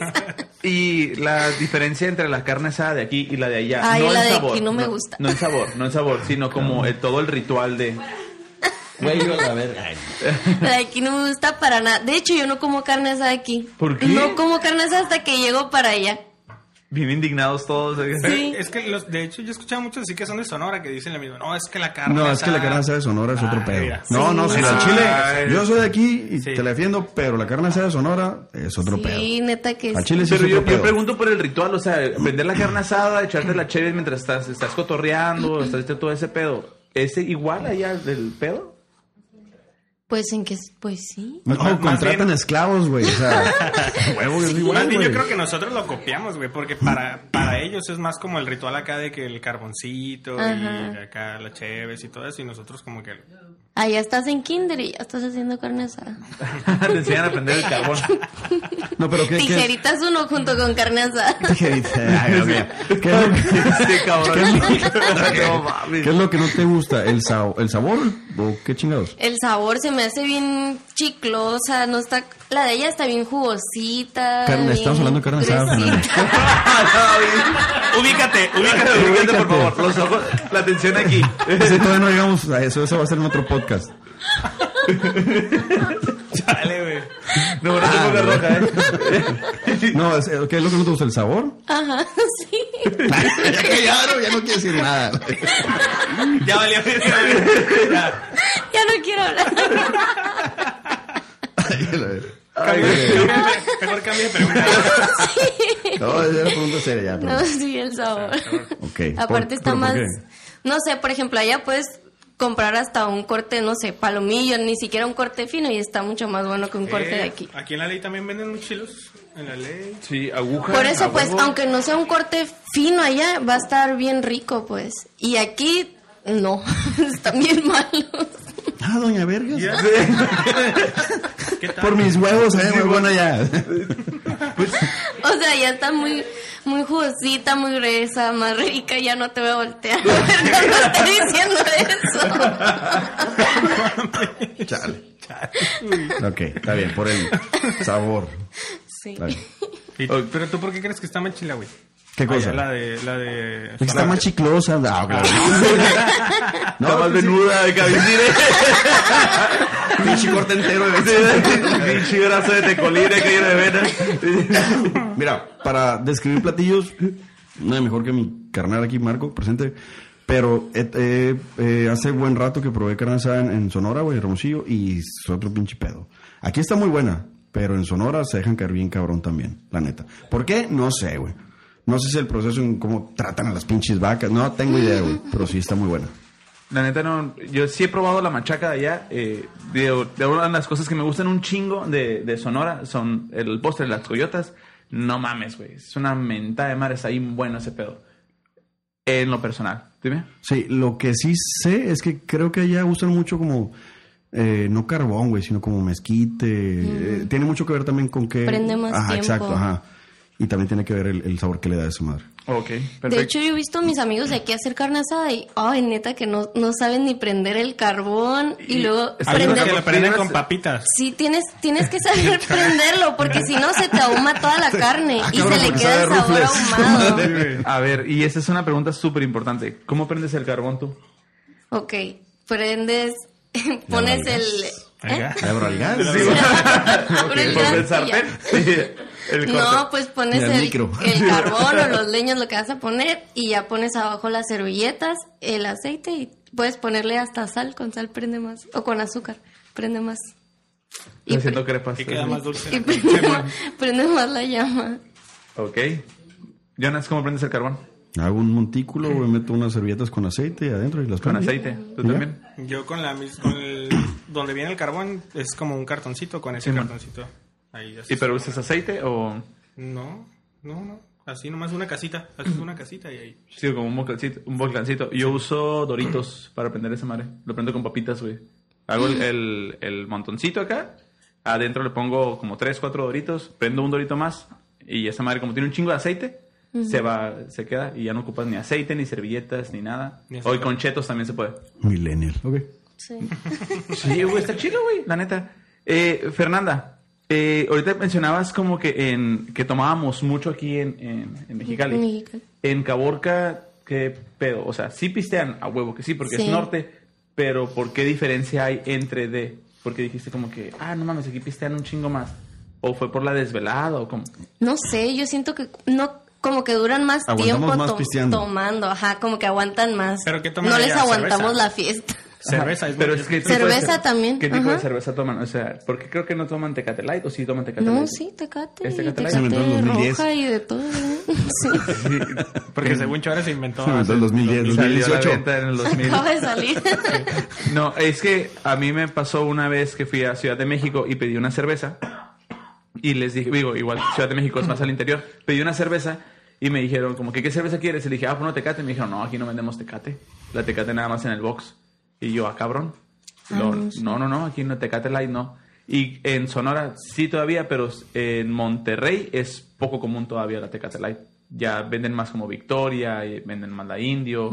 y la diferencia entre la carne asada de aquí y la de allá. Ay, no la en de sabor, aquí no me gusta. No en sabor, no en sabor, sino como el- todo el ritual de... Güey, yo la verga. La de aquí no me gusta para nada. De hecho, yo no como carne asada aquí. ¿Por qué? No como carne asada hasta que llego para allá. Bien indignados todos. ¿eh? Pero Sí. Es que, los, de hecho, yo he escuchado muchos decir que son de Sonora, que dicen lo mismo. No, es que la carne No, es que la carne asada de Sonora es otro Ay, pedo. ya. No, no, Sí. si Ay. la chile. Yo soy de aquí y Sí. te la defiendo, pero la carne asada de Sonora es otro pedo. Sí, neta que A sí. Chile sí es Pero yo, otro yo pedo. pregunto por el ritual, o sea, prender la carne asada, echarte la chévere mientras estás, estás cotorreando, estás haciendo todo ese pedo. ¿Es igual allá del pedo? Pues en que, pues sí. No, Más- más contratan bien- esclavos, güey. O sea, huevo, es igual, Más bien, yo güey. creo que nosotros lo copiamos, güey, porque para, para ellos es más como el ritual acá de que el carboncito y Ajá. acá la cheves y todo eso, y nosotros como que... Allá estás en kinder y ya estás haciendo carne asada. Te enseñan a prender el carbón. No, pero ¿qué, qué, Tijeritas uno junto con carne asada. Tijerita. Ay, Dios mío. ¿Qué es lo que- Sí, cabrón. No qué mames. es lo que no te gusta? ¿El, sa- el sabor o qué chingados? El sabor se me hace bien chiclosa, no está... La de ella está bien jugosita. Carne, estamos bien hablando de carne asada, gruesita. ubícate, Ubícate, ubícate, por favor. Los ojos, la atención aquí. Ese todavía no llegamos a eso. Eso va a ser en otro podcast. Chale, güey. No, no te Ah, pongas no. roja, ¿eh? No, es- eh, ¿qué es lo que no te gusta? ¿El sabor? Ajá, sí. ya callaron, ya no quiero decir nada. Ya valió. ya valió. Ya. Ya ya no quiero hablar. Ay, la verga. Ay, Cambio de- güey. Mejor cambio de pregunta. No, es una pregunta seria ya, pues. pero. No, sí, el sabor. Ok. ¿Por- Aparte está pero por más... qué? No sé, por ejemplo, allá puedes comprar hasta un corte, no sé, palomillo, ni siquiera un corte fino y está mucho más bueno que un corte de aquí. Aquí en la ley también venden mochilos. En la ley. Sí, aguja. Por eso, a pues, Ah, huevo. aunque no sea un corte fino allá, va a estar bien rico, pues. Y aquí, no, están bien malos. Ah, doña Vergas. Ya. ¿Qué tal? Por mis huevos, eh, muy bueno ya. O sea, ya está muy, muy jugosita, muy gruesa, más rica, ya no te voy a voltear. Perdón, no estoy diciendo eso. Chale. Ok, está bien, por el sabor. Sí. Está bien. Y- Pero tú, ¿por qué crees que está más chila, güey? ¿Qué cosa? Allá, la de. La de... Está más chiclosa. Ah, claro. No, Está más pues sí. venuda de cabecire. Pinche corte entero. de- Pinche brazo de tecolina que lleno de venas. Mira, para describir platillos, no hay mejor que mi carnal aquí, Marco, presente. Pero eh, eh, eh, hace buen rato que probé carne asada en, en Sonora, güey, Hermosillo, y es otro pinche pedo. Aquí está muy buena, pero en Sonora se dejan caer bien cabrón también, la neta. ¿Por qué? No sé, güey. No sé si el proceso en cómo tratan a las pinches vacas. No tengo idea, güey, pero sí está muy buena. La neta no, yo sí he probado la machaca de allá. Eh, de, de una de las cosas que me gustan un chingo de, de Sonora son el postre de las coyotas. No mames, güey. Es una mentada de madre, está bien bueno ese pedo. En lo personal. Dime. Sí, lo que sí sé es que creo que allá usan mucho como, eh, no carbón, güey, sino como mezquite. Eh, tiene mucho que ver también con que... Prende más Ajá, tiempo. exacto, ajá. Y también tiene que ver el, el sabor que le da a esa madre. Ok, perfecto. De hecho, yo he visto a mis amigos de aquí hacer carne asada y, ay, neta, que no, no saben ni prender el carbón y, Y- luego Hay Algunos prende- que prender... lo prenden prende- con papitas. Sí, tienes, tienes que saber prenderlo porque si no se te ahuma toda la carne y Ah, cabrón, se le porque queda el sabe a sabor rufles. ahumado. a ver, y esa es una pregunta súper importante. ¿Cómo prendes el carbón tú? Ok, prendes, pones el... ¿eh? Acá. ¿La de Bralgas? Abre el ¿Por el gas y ya. sartén? Sí, el No, corte. pues pones Ni al el, micro. el carbón o los leños, lo que vas a poner, y ya pones abajo las servilletas, el aceite y puedes ponerle hasta sal, con sal prende más, o con azúcar, prende más. Y, pues, Haciendo crepas. Y queda más dulce. y pues, prende, más, prende más la llama. Ok. Jonas, ¿cómo prendes el carbón? Hago un montículo, güey, meto unas servilletas con aceite adentro y las Con prendo. aceite. ¿Tú ¿Ya? también? Yo con la mis- con el, donde viene el carbón es como un cartoncito con ese Sí, man. cartoncito. Ahí ya ¿Y se- pero usas aceite o...? No, no, no. Así nomás una casita, haces una casita y ahí. Sí, como un volcancito. Un volcancito. Yo uso Doritos para prender esa madre. Lo prendo con papitas, güey. Hago el, el- el montoncito acá. Adentro le pongo como 3, 4 Doritos. Prendo un Dorito más. Y esa madre, como tiene un chingo de aceite, se va, se queda. Y ya no ocupas ni aceite, ni servilletas, ni nada. Ni Hoy azúcar. con chetos también se puede. Millennial. Ok. Sí. Pues Sí, güey, está chido, güey, la neta. Eh, Fernanda, eh, ahorita mencionabas como que en que tomábamos mucho aquí en, en, en Mexicali. Mexicali. En Caborca, ¿qué pedo? O sea, sí pistean a huevo que sí, porque es Sí. norte, pero ¿por qué diferencia hay entre de? Porque dijiste como que, ah, no mames, aquí pistean un chingo más. ¿O fue por la desvelada o como? No sé, yo siento que no como que duran más Aguantamos tiempo más to- pisteando. tomando, ajá, como que aguantan más. ¿Pero qué toman no les allá? aguantamos ¿Cerveza? la fiesta. Cerveza, es Pero muy- es que... Cerveza tipo de- también, ¿Qué tipo de ajá. cerveza toman? O sea, porque creo que no toman Tecate Light o sí toman Tecate No, Light? sí, tecate, ¿Es y Tecate tecate, Light? Se inventó en el 2010. roja y de todo. ¿eh? Sí. Sí, Porque según Chávez se inventó. Se inventó en hace- salió 2010. a la 2018. venta en el 2000. Acaba de salir. No, es que a mí me pasó una vez que fui a Ciudad de México y pedí una cerveza. Y les dije, digo, igual Ciudad de México es más al interior. Pedí una cerveza y me dijeron, como que, ¿qué cerveza quieres? Y le dije, ah, pues no tecate. Y me dijeron, no, aquí no vendemos tecate. La tecate nada más en el box. Y yo, ah, cabrón. No, no, no, no, aquí no tecate light, no. Y en Sonora sí todavía, pero en Monterrey es poco común todavía la tecate light. Ya venden más como Victoria, y venden más la Indio.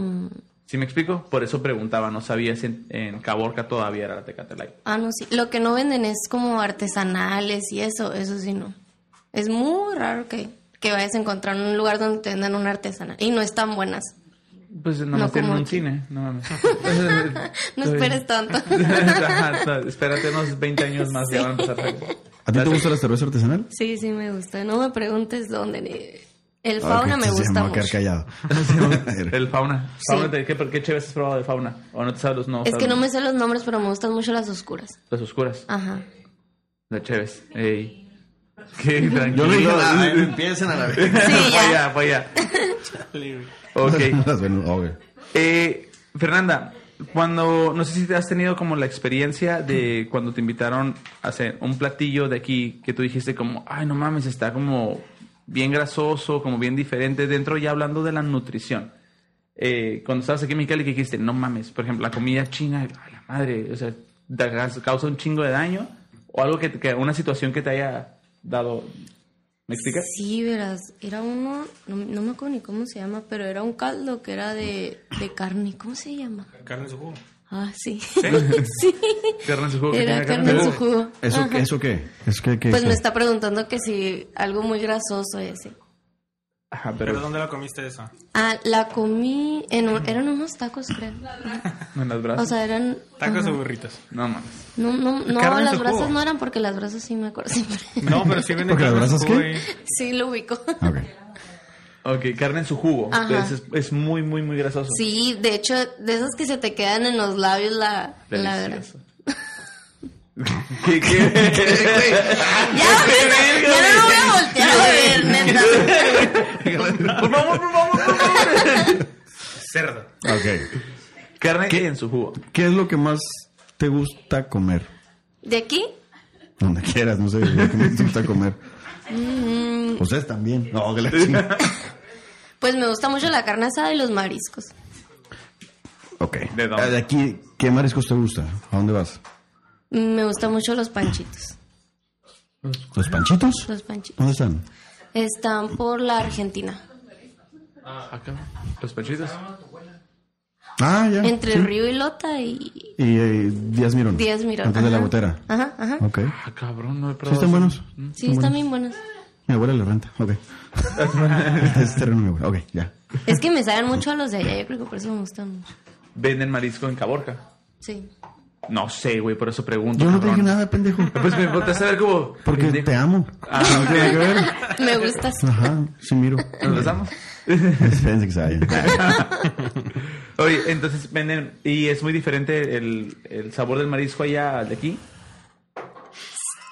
¿Sí me explico? Por eso preguntaba, no sabía si en, en Caborca todavía era la Tecate Light. Ah, no, sí. Lo que no venden es como artesanales y eso, eso sí no. Es muy raro que, que vayas a encontrar un lugar donde te vendan una artesanal. Y no están buenas. Pues nomás No, tienen como un aquí. cine, no mames. No esperes tanto. Ajá, no, Espérate unos 20 años más, ya van a empezar. ¿A ti te gusta la cerveza artesanal? Sí, sí me gusta. No me preguntes dónde ni... El fauna Ah, Ok, me entonces gusta me voy a mucho. quedar callado. El fauna. Sí. Fauna, ¿de ¿qué, ¿Qué chéves has probado de fauna? ¿O no te sabes los no? Es sabes que no Ah. los- me sé los nombres, pero me gustan mucho las oscuras. Las oscuras. Ajá. Las chéves. Ey. Qué Yo no dije tranquilo. nada. eh, Empiecen a la vez. "Ah, eh". Sí, Fue ya. allá, fue allá. Chale, güey. Ok. Las ven- ok. Eh, Fernanda, cuando, no sé si te has tenido como la experiencia de cuando te invitaron a hacer un platillo de aquí que tú dijiste como, ay, no mames, está como bien grasoso, como bien diferente dentro, ya hablando de la nutrición. Eh, cuando estabas aquí en Mexicali que dijiste, no mames, por ejemplo, la comida china, a la madre, o sea, te hagas- causa un chingo de daño o algo que, que una situación que te haya dado, ¿me explicas? Sí, verás, era uno, no, no me acuerdo ni cómo se llama, pero era un caldo que era de, de carne, ¿cómo se llama? Carne en su jugo. Ah, sí. Carne en su jugo, que Era tenga carne en su jugo. jugo. ¿Eso, Ajá. ¿Eso qué? ¿Eso qué, qué- Pues qué? me está preguntando que si algo muy grasoso y así. Ajá, ¿Pero pero dónde la comiste esa? Ah, la comí en un- eran unos tacos, creo. en las O brasas. sea, eran Tacos ajá. o burritos. no mames. No, no, Carne no, en las su brasas jugo. no eran porque las brasas sí me acuerdo siempre. No, pero sí venden Porque las carne en su brasas, jugo. ¿qué? güey. Sí, lo ubico. Ok. Ok, carne en su jugo. Ajá. Entonces es, es muy, muy, muy grasoso. Sí, de hecho, de esas que se te quedan en los labios la, la Delicioso. ¿Qué, qué? Ah, Ya, ya no lo voy a voltear a ver, neta. Por favor, por favor, por favor. Cerdo. Ok. Carne en su jugo. ¿Qué es lo que más te gusta comer? ¿De aquí? Donde quieras, no sé. Lo que más te gusta comer. Mm, Ustedes también. No, que la chinga. Pues me gusta mucho la carne asada y los mariscos. Ok. ¿De dónde? Ah, De aquí, ¿qué mariscos te gusta? ¿A dónde vas? Mm, Me gustan mucho los panchitos. ¿Los panchitos? Los panchitos. ¿Dónde están? Están por la Argentina. Ah, Acá. Los panchitos. Ah, ya. Entre sí. Río y Lota y Y eh, Díaz Mirón. Díaz Mirón. Antes de la Ajá. botera. Ajá, ajá. Ok. Ah, cabrón, no he ¿Sí están eso. buenos? Sí, están bien buenos. Mi abuela le renta. Ok. es terreno de mi abuela. Ok, ya. Es que me saben mucho a los de allá, yo creo que por eso me gustan mucho. ¿Venden marisco en Caborca? Sí. No sé, güey, por eso pregunto. Yo no cabrón. dije nada, pendejo. Pues me importa a ver cómo. Porque Pendejo. te amo. Ah, No tiene que ver. Me gustas. Ajá, sí miro. ¿Nos besamos? Espérense que se vayan. Oye, entonces venden. ¿Y es muy diferente el, el sabor del marisco allá al de aquí?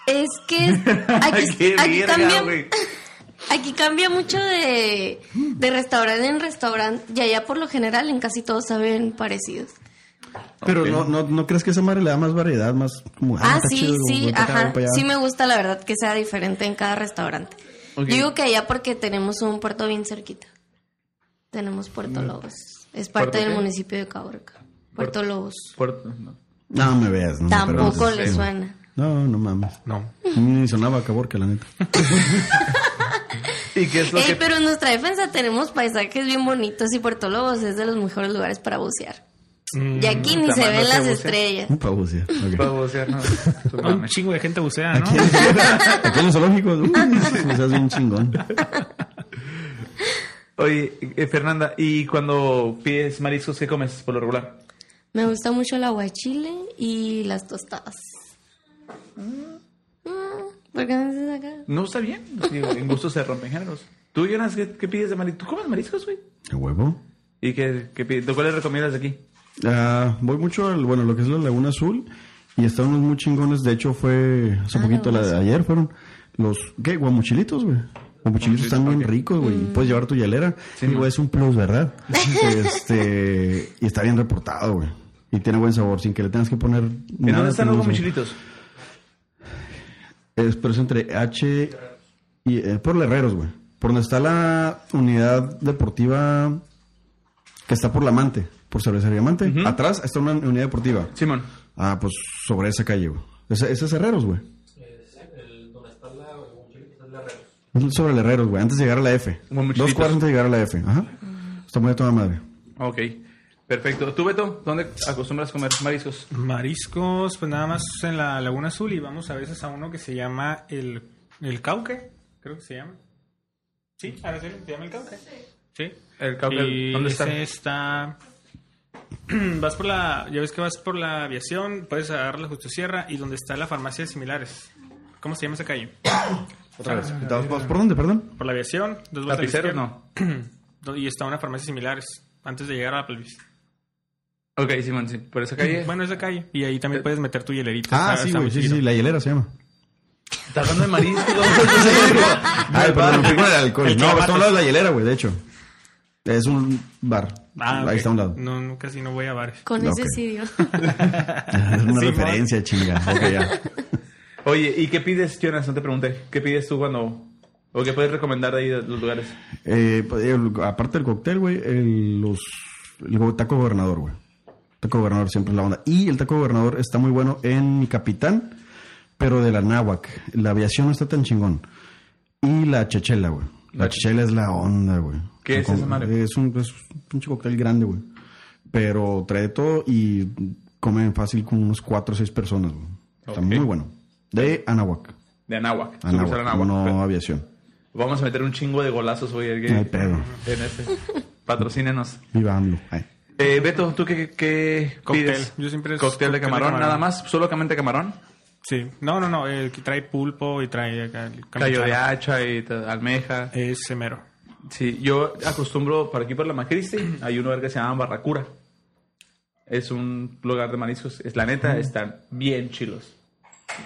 Es que aquí, ¡Qué aquí verga, también güey! Aquí cambia mucho de, de restaurante en restaurante y allá por lo general en casi todos saben parecidos. Pero Ok. no, no, no crees que esa madre le da más variedad, más como, Ah, está pues, sí, chido, voy sí, para acá, voy ajá. para allá. Sí me gusta la verdad que sea diferente en cada restaurante. Ok. Yo Digo que allá porque tenemos un puerto bien cerquita. Tenemos Puerto Lobos. Es ¿Puerto parte del qué? Mm, municipio de Caborca. Puerto Lobos. Puerto- no. No me veas, no. Tampoco pero- le sí. suena. No, no mames. No. Ni sonaba a Caborca, la neta. ¿Y qué es lo Ey, que Eh, pero en nuestra defensa tenemos paisajes bien bonitos y Puerto Lobos es de los mejores lugares para bucear. Mm, Y aquí ni se Tamás no ven se las bucea. estrellas. Un pavo, sí. Para Ok. bucear, no. Tú Un mames. chingo de gente bucea, ¿no? Aquí en los zoológicos, uh, o sea, es bien chingón. Oye, eh, Fernanda, ¿y cuando pides mariscos, qué comes por lo regular? Me gusta mucho el aguachile y las tostadas. Mm, ¿Por qué no se acá? No está bien. Digo, en gusto se rompen géneros. ¿Tú, Jonas, qué, qué pides de mariscos? ¿Tú comes mariscos, güey? ¿Qué huevo? ¿Y qué, qué pides? ¿Tú ¿Cuáles recomiendas de aquí? Ah, voy mucho al, bueno, lo que es la Laguna Azul y están unos muy chingones. De hecho, fue hace Ah, poquito, la, Laguna ayer fueron los, ¿qué? Guamuchilitos, güey. Guamuchilitos están bien ricos, güey. Puedes llevar tu hielera. Digo, es un plus, ¿verdad? este, y está bien reportado, güey. Y tiene buen sabor, sin que le tengas que poner ¿En dónde están los tiene buen sabor. mochilitos? Es, pero es entre H y eh, por los Herreros, güey. Por donde está la unidad deportiva que está por la Amante, por Cervecería Diamante. Atrás está una unidad deportiva. Simón. Ah, pues sobre esa calle, güey. Ese, ese es Herreros, güey. Es el, donde está la, el mochilito, es la red. Es Sobre el Herreros, güey. Antes de llegar a la F. Como muy Dos chiquitos. cuadras antes de llegar a la F. Ajá. Está muy de toda madre. Ok. Perfecto. ¿Tú, Beto, dónde acostumbras comer mariscos? Mariscos, pues nada más en la Laguna Azul y vamos a veces a uno que se llama el, el Cauque, creo que se llama. Sí, ahora sí, se llama el Cauque. Sí. El Cauca, Y ¿dónde está? ese está? Vas por la, ya ves que vas por la aviación, puedes agarrar la Justo Sierra y donde está la farmacia de similares. ¿Cómo se llama esa calle? Otra vez. ¿Y te vas- vas Ah, por dónde, perdón? Por la aviación, dos vueltas a la Lapicero, izquierda. no. Do- Y está una farmacia similares antes de llegar a la pelvis. Ok, Simón, sí, por esa calle. Bueno, es la calle. Y ahí también puedes meter tu hielerita. Eh. Ah, Está- sí, está muy güey. Sí, chido. sí, la hielera se llama. Está hablando de marisco. Ah, Ay, perdón, me fui con el alcohol. El no, clamato. está a un lado de la hielera, güey, de hecho. Es un bar. Ah, Ahí ok. está a un lado. No, no, casi no voy a bares. Con Ok. ese sitio. Es una Sí, referencia, chinga. Ok, ya. Oye, ¿y qué pides, Jonas? No te pregunté. ¿Qué pides tú cuando.? ¿O qué puedes recomendar de ahí de los lugares? Eh, pues, el- aparte del cóctel, güey, el, los, el go- taco gobernador, güey. Taco gobernador siempre es la onda. Y el taco gobernador está muy bueno en mi capitán, pero de la náhuac. La aviación no está tan chingón. Y la chechela, güey. La La chechela es la onda, güey. ¿Qué es Con- esa madre? Es un, es un pinche cóctel grande, güey. Pero trae todo y comen fácil con unos cuatro o seis personas, güey. Está Ok. muy bueno. De Anáhuac. De Anáhuac. Sucursal Anáhuac, Anáhuac. no aviación. Vamos a meter un chingo de golazos hoy. ¿eh? Ay, pedo. En este. Patrocínenos. Viva AMLO. Ay. Eh, Beto, ¿tú qué, qué Cóctel. pides? Yo siempre es ¿Cóctel de cóctel de camarón, camarón. nada más? ¿Solamente camarón? Sí. No, no, no. El que trae pulpo y trae acá el Callo de campechano. hacha y t- almeja. Es semero. Sí, yo acostumbro, por aquí por la Macristi, hay un lugar que se llama Barracura. Es un lugar de mariscos. Es la neta, están bien chilos.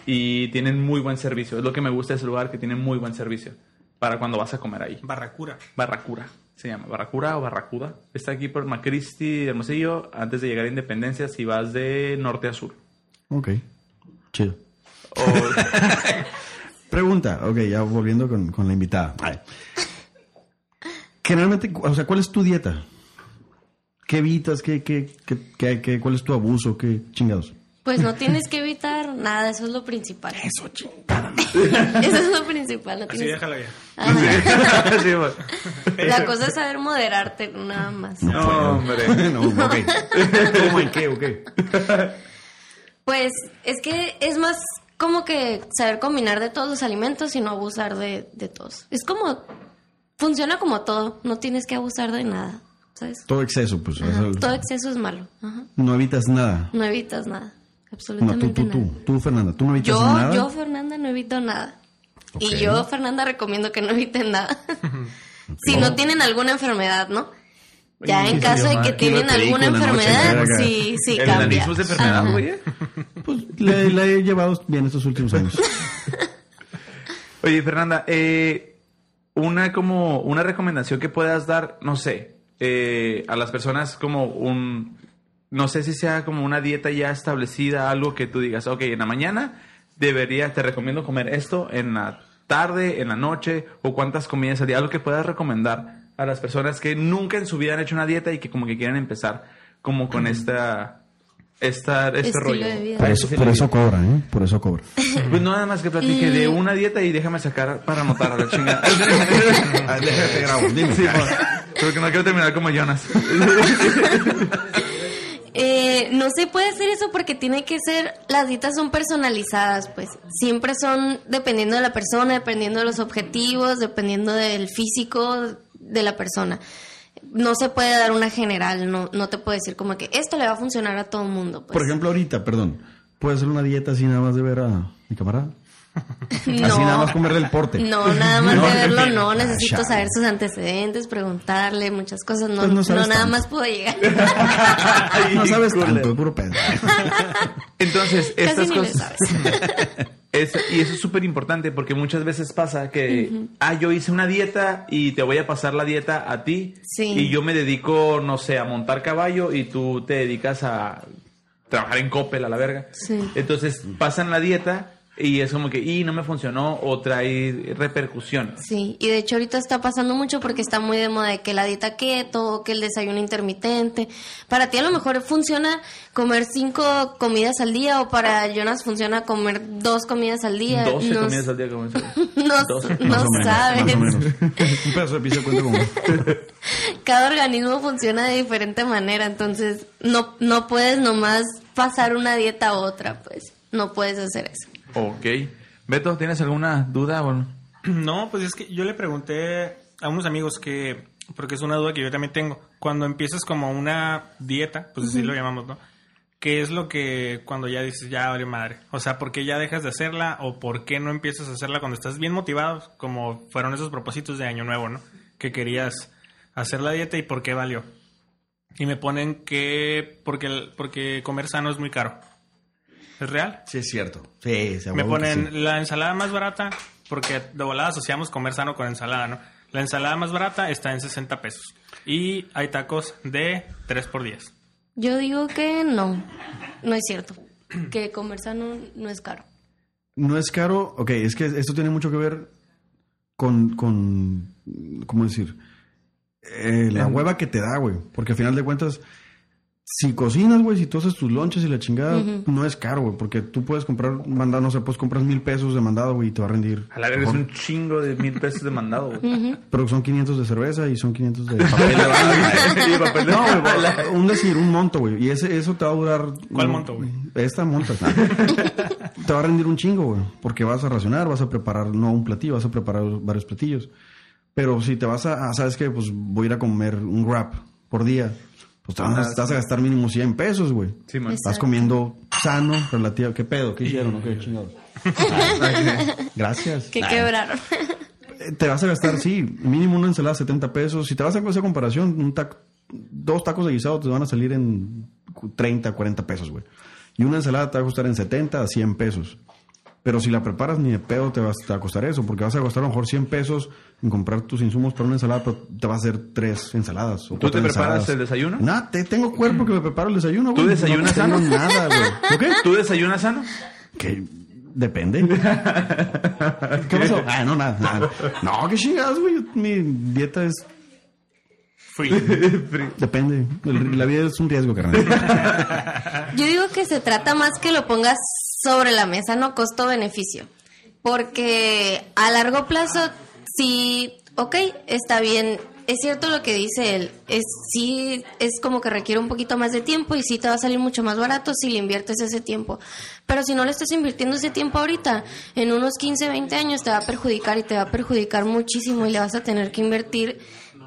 Y tienen muy buen servicio. Es lo que me gusta de ese lugar, que tienen muy buen servicio. Para cuando vas a comer ahí. Barracura. Barracura, se llama. Barracura o Barracuda. Está aquí por Macristi, Hermosillo, antes de llegar a Independencia, si vas de norte a sur. Ok. Chido. O- Pregunta, ok, ya volviendo con, con la invitada. Ay. Generalmente, cu- o sea, ¿cuál es tu dieta? ¿Qué evitas? ¿Qué, qué, qué, qué- qué- cuál es tu abuso? ¿Qué chingados? Pues no tienes que evitar nada, eso es lo principal. Eso, chingada. eso es lo principal, no Así tienes déjala ya. Ajá. Sí, bueno. La cosa es saber moderarte, nada más. No, hombre. no, ok. ¿Cómo en qué o qué? Pues es que es más como que saber combinar de todos los alimentos y no abusar de, de todos. Es como, funciona como todo, no tienes que abusar de nada, ¿sabes? Todo exceso, pues. o sea, Ajá, Todo exceso es malo, ajá. No evitas nada. no evitas nada, No, tú, absolutamente tú, tú, nada. tú, Fernanda, tú no evitas Yo, nada. yo, Fernanda, no evito nada. Ok. Y yo, Fernanda, recomiendo que no eviten nada. Si no tienen alguna enfermedad, ¿no? Ya Sí, en sí, caso de mamá, que una tienen alguna película, ¿no? enfermedad, Checar acá. sí, sí, El cambia. nanismo es enfermedad, Ajá. güey. ¿eh? Pues la, la he llevado bien estos últimos años. Oye, Fernanda, eh, una como una recomendación que puedas dar, no sé, eh, a las personas como un, no sé si sea como una dieta ya establecida, algo que tú digas, ok, en la mañana debería, te recomiendo comer esto, en la tarde, en la noche, o cuántas comidas al día, algo que puedas recomendar a las personas que nunca en su vida han hecho una dieta y que como que quieren empezar como con esta, esta, este Estilo rollo. de vida. Por eso, por eso cobra, ¿eh? Por eso cobra. Pues no, nada más que platique de una dieta y déjame sacar para anotar a la chingada. Ah, Déjate grabo, dime. Sí, pues, porque no quiero terminar como Jonas. Eh, no se puede hacer eso porque tiene que ser, las dietas son personalizadas, pues siempre son dependiendo de la persona, dependiendo de los objetivos, dependiendo del físico de la persona. No se puede dar una general, no, no te puedo decir como que esto le va a funcionar a todo el mundo. Pues. Por ejemplo, ahorita, perdón, ¿puede hacer una dieta así nada más de ver a mi camarada? no, Así nada más comerle el porte. no, nada más No, de verlo, no, ah, necesito chale. saber sus antecedentes, preguntarle muchas cosas, no, Pues no no, sabes nada tanto. más puedo llegar. No sabes tanto, puro pedo. Entonces, estas Casi ni le cosas. Es- y eso es súper importante porque muchas veces pasa que, ah, yo hice una dieta y te voy a pasar la dieta a ti. Sí. Y yo me dedico, no sé, a montar caballo y tú te dedicas a trabajar en Coppel a la verga. Sí. Entonces pasan la dieta y es como que, y no me funcionó o trae repercusión. Sí, y de hecho ahorita está pasando mucho porque está muy de moda de que la dieta keto o que el desayuno intermitente. Para ti a lo mejor funciona comer cinco comidas al día o para Jonas funciona comer dos comidas al día. 12 no, comidas al día como eso. no- 12. no Más o menos, sabes. Más o menos. Un pedazo de pizza cuenta como. Cada organismo funciona de diferente manera, entonces no, no puedes nomás pasar una dieta a otra, pues no puedes hacer eso. Ok. Beto, ¿tienes alguna duda? Bueno, No, pues es que yo le pregunté a unos amigos que, porque es una duda que yo también tengo, cuando empiezas como una dieta, pues así lo llamamos, ¿no? ¿Qué es lo que cuando ya dices, ya vale madre? O sea, ¿por qué ya dejas de hacerla o por qué no empiezas a hacerla cuando estás bien motivado? Como fueron esos propósitos de Año Nuevo, ¿no? Que querías hacer la dieta y por qué valió. Y me ponen que porque, el- porque comer sano es muy caro. ¿Es real? Sí, es cierto. Sí, se Me ponen la ensalada más barata, porque de volada asociamos comer sano con ensalada, ¿no? La ensalada más barata está en 60 pesos. Y hay tacos de 3 por 10. Yo digo que no, no es cierto. Que comer sano no es caro. No es caro. Ok, es que esto tiene mucho que ver con. con ¿Cómo decir? Eh, la hueva que te da, güey. Porque al final de cuentas, si cocinas, güey, si tú haces tus lonches y la chingada, no es caro, güey. Porque tú puedes comprar, mandar, no sé, pues compras mil pesos de mandado, güey, y te va a rendir. A la verga es un chingo de mil pesos de mandado, güey. Pero son 500 de cerveza y son 500 de papel de baño. Y papel de- No, güey, un decir, un monto, güey. Y ese, eso te va a durar. ¿Cuál no, monto, güey? Esta monta. te va a rendir un chingo, güey. Porque vas a racionar, vas a preparar, no un platillo, vas a preparar varios platillos. Pero si te vas a, a, sabes que, pues voy a ir a comer un wrap por día, pues te vas, Ah, a- te vas a gastar mínimo 100 pesos, güey. Sí, man. Es- Estás Exacto. comiendo sano, relativo. ¿Qué pedo? ¿Qué hicieron? ¿O qué chingados? Gracias. Que Ah. quebraron. Eh, Te vas a gastar, sí, mínimo una ensalada 70 pesos. Si te vas a hacer esa comparación, un taco, dos tacos de guisado te van a salir en cu- 30, 40 pesos, güey. Y una ensalada te va a costar en 70 a 100 pesos. Pero si la preparas, ni de pedo te, vas, te va a costar eso, porque vas a gastar a lo mejor 100 pesos en comprar tus insumos para una ensalada, pero te va a hacer tres ensaladas. O ¿Tú te cuatro preparas ensaladas. el desayuno? Nah, te, tengo cuerpo que me preparo el desayuno, ¿Tú güey. desayunas no tengo sano? nada, güey. ¿Por qué? ¿Tú desayunas sano? Que depende. ¿Qué pasó? Ah, no, nada, nada. No, qué chingadas, güey. Mi dieta es. Free. Depende. El- la vida es un riesgo, carnal. Yo digo que se trata más que lo pongas sobre la mesa, no costo-beneficio. Porque a largo plazo, sí, ok, está bien. Es cierto lo que dice él. Es, sí, es como que requiere un poquito más de tiempo y sí te va a salir mucho más barato si le inviertes ese tiempo. Pero si no le estás invirtiendo ese tiempo ahorita, en unos 15, 20 años te va a perjudicar y te va a perjudicar muchísimo y le vas a tener que invertir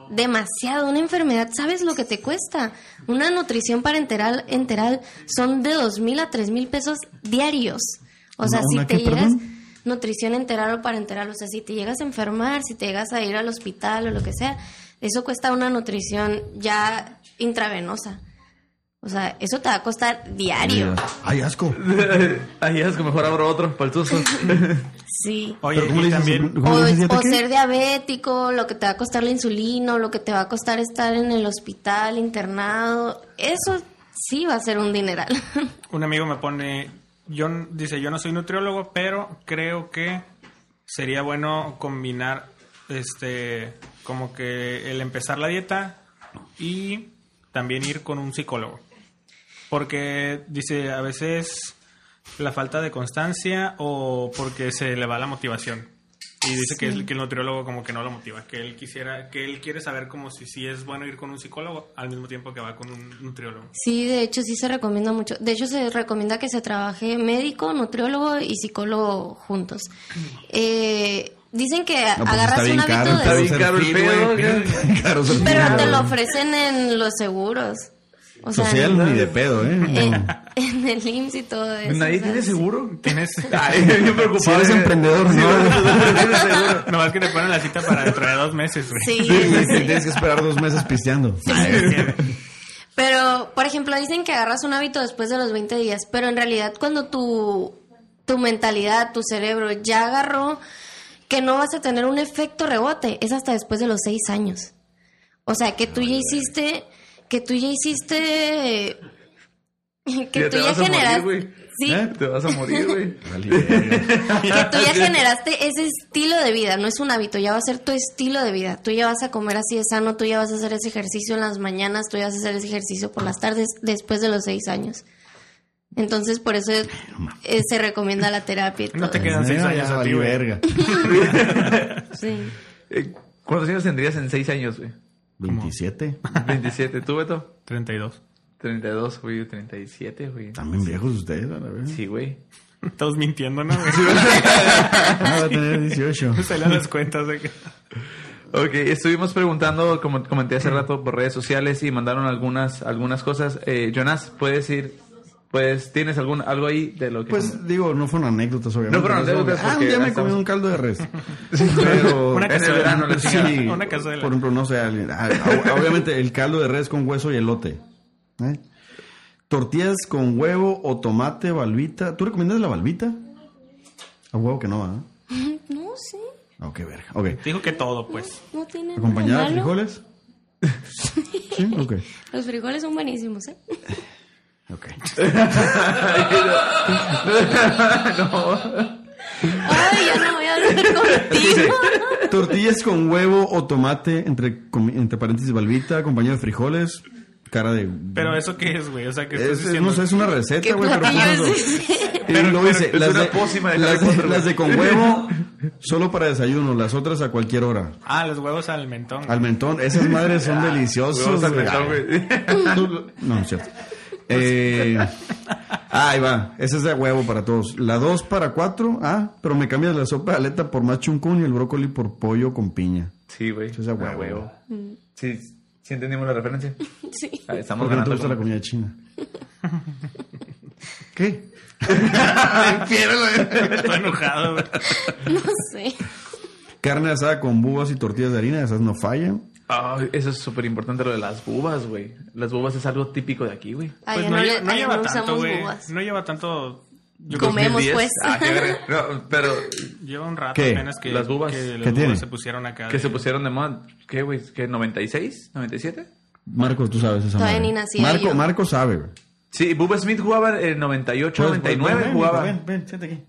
demasiado. Una enfermedad, ¿sabes lo que te cuesta? Una nutrición parenteral enteral son de dos mil a tres mil pesos diarios. O sea, ¿Una- si una te qué, llegas perdón? nutrición enteral o parenteral, o sea, si te llegas a enfermar, si te llegas a ir al hospital o lo que sea, eso cuesta una nutrición ya intravenosa. O sea, eso te va a costar diario. Ay, asco. Ay, es que mejor abro otro para el susto. Sí. Oye, ¿cómo le y dices? también, ¿Cómo O, le dices dieta o qué? ser diabético, lo que te va a costar la insulina, o lo que te va a costar estar en el hospital internado, eso sí va a ser un dineral. un amigo me pone, yo, n- dice, yo no soy nutriólogo, pero creo que sería bueno combinar, este, como que el empezar la dieta y también ir con un psicólogo. Porque, dice, a veces la falta de constancia o porque se le va la motivación. Y dice que, el, que el nutriólogo como que no lo motiva, que él quisiera, que él quiere saber como si sí es bueno ir con un psicólogo al mismo tiempo que va con un nutriólogo. sí, de hecho sí se recomienda mucho. De hecho se recomienda que se trabaje médico, nutriólogo y psicólogo juntos. Eh, dicen que Mm. No, pues está agarras bien un caro. hábito Está de... bien caro el pedo, Caro ser Pero fino, te lo güey. ofrecen en los seguros. O sea, Social en, ni de pedo, ¿eh? en- No. en el IMSS y todo eso. Pues, ¿Nadie o sea, tiene sí. seguro? Tienes... Ay, bien preocupado. eh. Si eh, eres emprendedor, no. Nomás que te ponen la cita para dentro de dos meses, güey. Sí, Sí, eso güey, sí. Tienes que esperar dos meses pisteando. Pero, por ejemplo, dicen que agarras un hábito después de los 20 días, pero en realidad cuando tu, tu mentalidad, tu cerebro ya agarró que no vas a tener un efecto rebote, es hasta después de los 6 años. O sea, que tú ya hiciste, que tú ya hiciste, que Ya tú te ya vas a morir, generaste, güey. sí, ¿Eh? Te vas a morir, güey. Vale, verga. que tú ya generaste ese estilo de vida, no es un hábito, ya va a ser tu estilo de vida. Tú ya vas a comer así de sano, tú ya vas a hacer ese ejercicio en las mañanas, tú ya vas a hacer ese ejercicio por las tardes después de los seis años. Entonces, por eso eh, se recomienda la terapia. y No todo te quedan seis Ya, años a ti, vale, güey. verga. eso. Sí. Eh, ¿Cuántos años tendrías en seis años, güey? 27. 27. ¿Tú, Beto? 32. 32, güey. 37, güey. También viejos ustedes, a la vez. Sí, güey. Estás mintiendo, ¿no? güey? Ah, va a tener 18. Salen las cuentas de que... Ok, estuvimos preguntando, como comenté hace rato, por redes sociales y mandaron algunas, algunas cosas. Eh, Jonas, ¿puedes ir Pues, ¿tienes algún, algo ahí de lo que... Pues digo, no fueron anécdotas, obviamente. No fueron Pero anécdotas es como que, Ah, un porque día me gastamos- comí un caldo de res. Pero. Una En el cazuela. verano, la chingada. Sí, Una cazuela. Por ejemplo, no sé, alguien- ah, ah, obviamente el caldo de res con hueso y elote. ¿eh? Tortillas con huevo o tomate, balbita. ¿Tú recomiendas la balbita? A huevo que no, ¿ah? No, sí. Oh, qué verga. Ok. Dijo que todo, pues. No tiene nada ¿Acompañada de malo. frijoles? Sí, ok. Los frijoles son buenísimos, ¿eh? Ok. Ay, ya no voy a hablar contigo. Tortillas con huevo o tomate, entre, comi- entre paréntesis, balbita, acompañado de frijoles, cara de... Pero eso qué es, güey. O sea, que Es- estás es- diciendo. no sé, es una receta, ¿Qué güey, pero platillo puso es eso. ese? Y luego Pero- dice, pero es las una de- pócima de las Harry de- Potter, güey. las de con huevo, solo para desayuno, las otras a cualquier hora. Ah, los huevos al mentón. güey. Al mentón, esas madres son deliciosas. Huevos al güey. mentón, güey. Tú- No, no es cierto. Eh, ahí va. Esa es de huevo para todos. La 2 para 4. Ah, pero me cambias la sopa de aleta por más chuncún y el brócoli por pollo con piña. Sí, güey. Eso es a Ah, huevo. Mm. Sí, sí entendimos la referencia. Sí. Ah, Estamos Porque no te ganando. gusta la comida china. ¿Qué? Estoy enojado, güey. No sé. Carne asada con bubas y tortillas de harina, esas no fallan. Ay, eso es súper importante lo de las bubas, güey. Las bubas es algo típico de aquí, güey. Ay, Pues ya no, lle- le- ay, no usamos güey. uvas. No lleva tanto. Yo creo Comemos, 2010. pues. Ah, qué verga. No, pero que lleva un rato ¿Qué? apenas que Las uvas. que las ¿Qué uvas tiene? se pusieron acá. que de- se pusieron de moda, ¿qué, güey? ¿Qué, 96? ¿97? Marcos, tú sabes esa Todavía madre. ni nacía Marco, yo. Marco sabe. güey. Sí, Bubba Smith jugaba en 98, 99, Pues, Ven, mijo, jugaba. Ven, ven, siéntate aquí.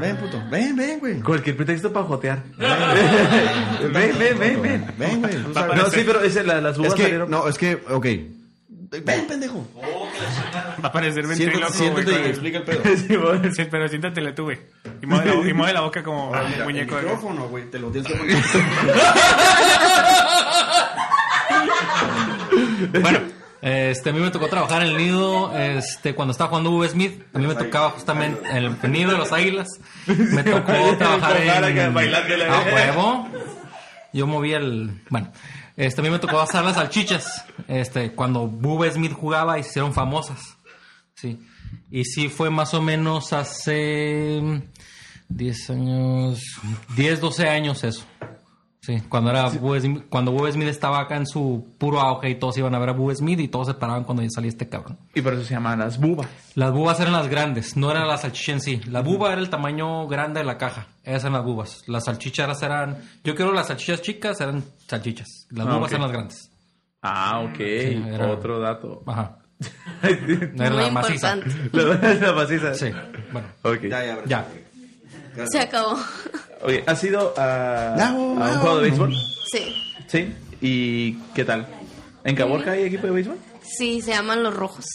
Ven, puto. Ven, ven, güey. Cualquier pretexto para jotear. ven, ven, ven, ven. Ven, güey. tú sabes. No, sí, pero ese, la- las uvas Es que, salieron. no, es que, ok. Ven, pendejo. Va a parecer ventríloco, güey. siéntate y con el- explica el pedo. Sí, güey. Sí, pero siéntatele tú, güey. Y mueve la, y mueve la boca como Ah, un mira, muñeco. el güey. micrófono, güey, te lo tienes que poner. Bueno, este, a mí me tocó trabajar en el nido este, cuando estaba jugando V. Smith. A mí me tocaba justamente en el nido de los águilas. Me tocó trabajar Con cara que en. bailándole. A huevo. Yo movía el. Bueno, este, a mí me tocó asar las salchichas. Este, cuando V. Smith jugaba y se hicieron famosas. Sí. Y sí fue más o menos hace. 10 años. 10, 12 años eso. Sí, cuando era Bubba Smith, cuando Bubba Smith estaba acá en su puro auge y todos iban a ver a Bubba Smith y todos se paraban cuando ya salía este cabrón. Y por eso se llaman las bubas. Las bubas eran las grandes, no eran las salchichas en sí. La buba era el tamaño grande de la caja. Esas eran las bubas. Las salchichas eran. Yo quiero las salchichas chicas, eran salchichas. Las Ah, bubas ok. eran las grandes. Ah, ok. era- Otro dato. Ajá. Era Muy la maciza. importante. la, la maciza. Sí, bueno, Ok. ya. Se acabó. Oye, ¿has ido a, No, a un no. juego de béisbol? Mm. Sí. Sí. ¿Y qué tal? ¿En Caborca hay equipo de béisbol? Sí, se llaman los rojos.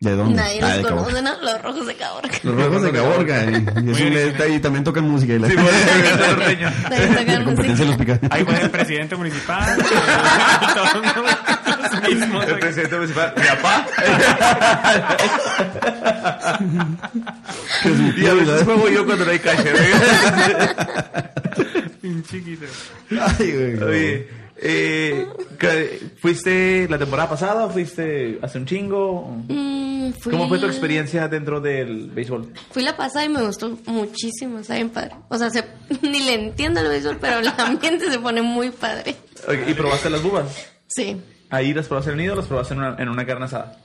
¿De dónde? Nadie Ah, de los Caborca. conoce, ¿no? Los rojos de Caborca. Los rojos de Caborca. eh. Y es un- original. y también tocan música. Y la, norteño. Ahí tocan la competencia de los música. picantes. Ahí fue el presidente municipal. Todos los mismos, El güey. presidente municipal. Mi papá. Y a veces juego yo cuando no hay calle. Un chiquito. Ay, güey. Oye, eh, ¿qué- ¿fuiste la temporada pasada o fuiste hace un chingo? Mm, fui- ¿Cómo fue tu experiencia dentro del béisbol? Fui la pasada y me gustó muchísimo, está bien padre. O sea, se- ni le entiendo al béisbol, pero el ambiente se pone muy padre. Oye, ¿Y probaste las bubas? Sí. ¿Ahí las probaste en el nido o las probaste en una, en una carne asada?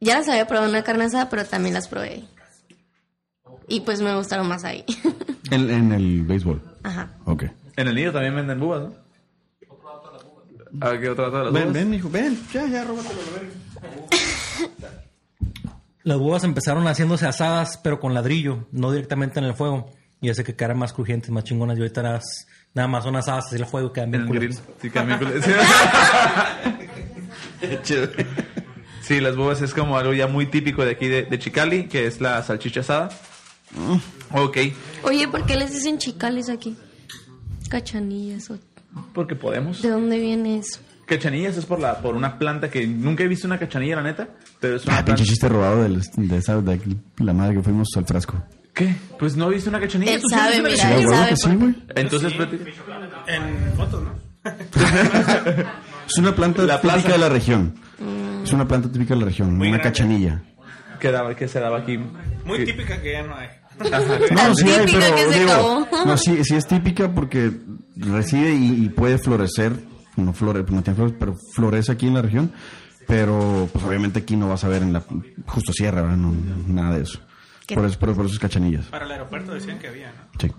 Ya las había probado en una carne asada, pero también las probé. ahí. Y pues me gustaron más ahí. En, en el béisbol. Ajá. Ok. En el nido también venden bubas, ¿no? A ver, Ah, ¿qué otro dato de las Ven, bubas? ven, mijo, ven. Ya, ya, róbatelo. Las bubas empezaron haciéndose asadas, pero con ladrillo, no directamente en el fuego. Y hace que quedaran más crujientes, más chingonas. Y ahorita las- nada más son asadas así el fuego y quedan En bien el grill. culeras. Sí, también culeras. Sí, las bubas es como algo ya muy típico de aquí de, de Chicali, que es la salchicha asada. Mm. Ok, Oye, ¿por qué les dicen chicales aquí? Cachanillas. o- porque podemos. ¿De dónde viene eso? Cachanillas es por la por una planta que nunca he visto una cachanilla, la neta, pero es una Ah, planta. pinche chiste robado del- de esa, de la madre que fuimos al frasco. ¿Qué? Pues no he visto una cachanilla. Él ¿Tú sí has sabe, visto una mira, Sí, a él huevo sabe. que sí, por- güey. cachanilla? Entonces, pues, platica- En fotos, ¿no? Es una planta La típica plaza. Mm. de la región. Es es una planta típica de la región, Muy una grande. cachanilla. ¿Qué, daba- qué se daba aquí? Muy Sí. típica que ya no hay. Ajá. Tan hay, típica que se acabó. no, sí, sí es típica porque reside y, y puede florecer, no flore, no tiene flores, pero florece aquí en la región, pero pues obviamente aquí no vas a ver en la justo sierra, ¿verdad? No, nada de eso. ¿Qué? Por eso, por, por eso es cachanillas. Para el aeropuerto decían que había, ¿no? Sí.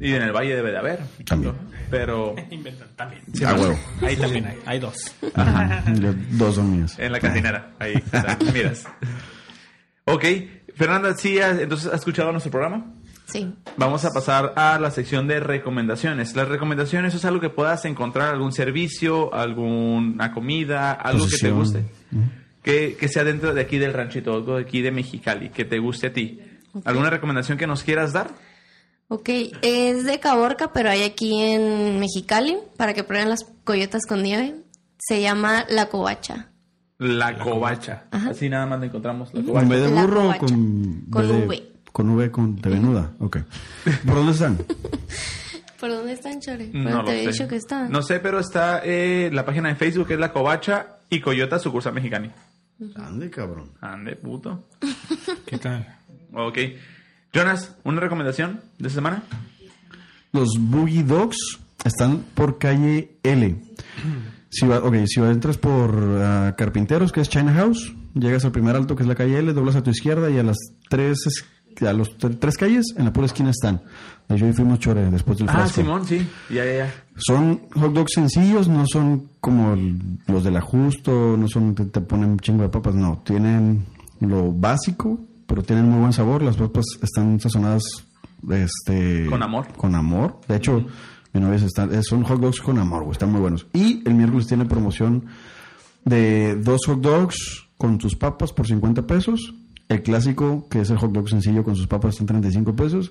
Y en el valle debe de haber. También. Pero Inventan también. Ah, huevo. Ahí también hay. Hay dos. Ajá. Yo- dos son mías. en la cantinera. Ahí, está, miras. Ok. Fernanda, sí, has- entonces, ¿has escuchado nuestro programa? Sí. Vamos a pasar a la sección de recomendaciones. Las recomendaciones es algo que puedas encontrar, algún servicio, alguna comida, algo que te Posición. guste. Que, que sea dentro de aquí del ranchito, algo de aquí de Mexicali, que te guste a ti. ¿Alguna recomendación que nos quieras dar? Ok, es de Caborca, pero hay aquí en Mexicali para que prueben las coyotas con nieve. Se llama La Covacha. La, covacha. Así nada más le encontramos Mm. la ¿Con covacha. B de La burro o guacha. con, Con B de- V. Con V, con T venuda. Ok. ¿Por dónde están? ¿Por dónde están, Chore? ¿Por No dónde lo te había sé. dicho que estaban? No sé, pero está eh, la página de Facebook que es La Covacha y Coyota Sucursal Mexicani. Ande, cabrón. Ande, puto. ¿Qué tal? Ok. Jonas, ¿una recomendación de esta semana? Los Boogie Dogs están por calle L. Si va, ok, si va- entras por ah, Carpinteros, que es China House, llegas al primer alto, que es la calle L, doblas a tu izquierda y a las tres, es- a los tre- tres calles, en la pura esquina están. De hecho, ahí fuimos chore después del Ah, frasco. Simón, sí. Ya, ya, ya. Son hot dogs sencillos, no son como el- los del ajusto, no son que te ponen un chingo de papas, no. Tienen lo básico, pero tienen muy buen sabor. Las papas están sazonadas este, Con amor. Con amor. De hecho, mi novia se está- eh, son hot dogs con amor, güey, están muy buenos. Y el miércoles tiene promoción de dos hot dogs con sus papas por 50 pesos. El clásico, que es el hot dog sencillo con sus papas, está en 35 pesos.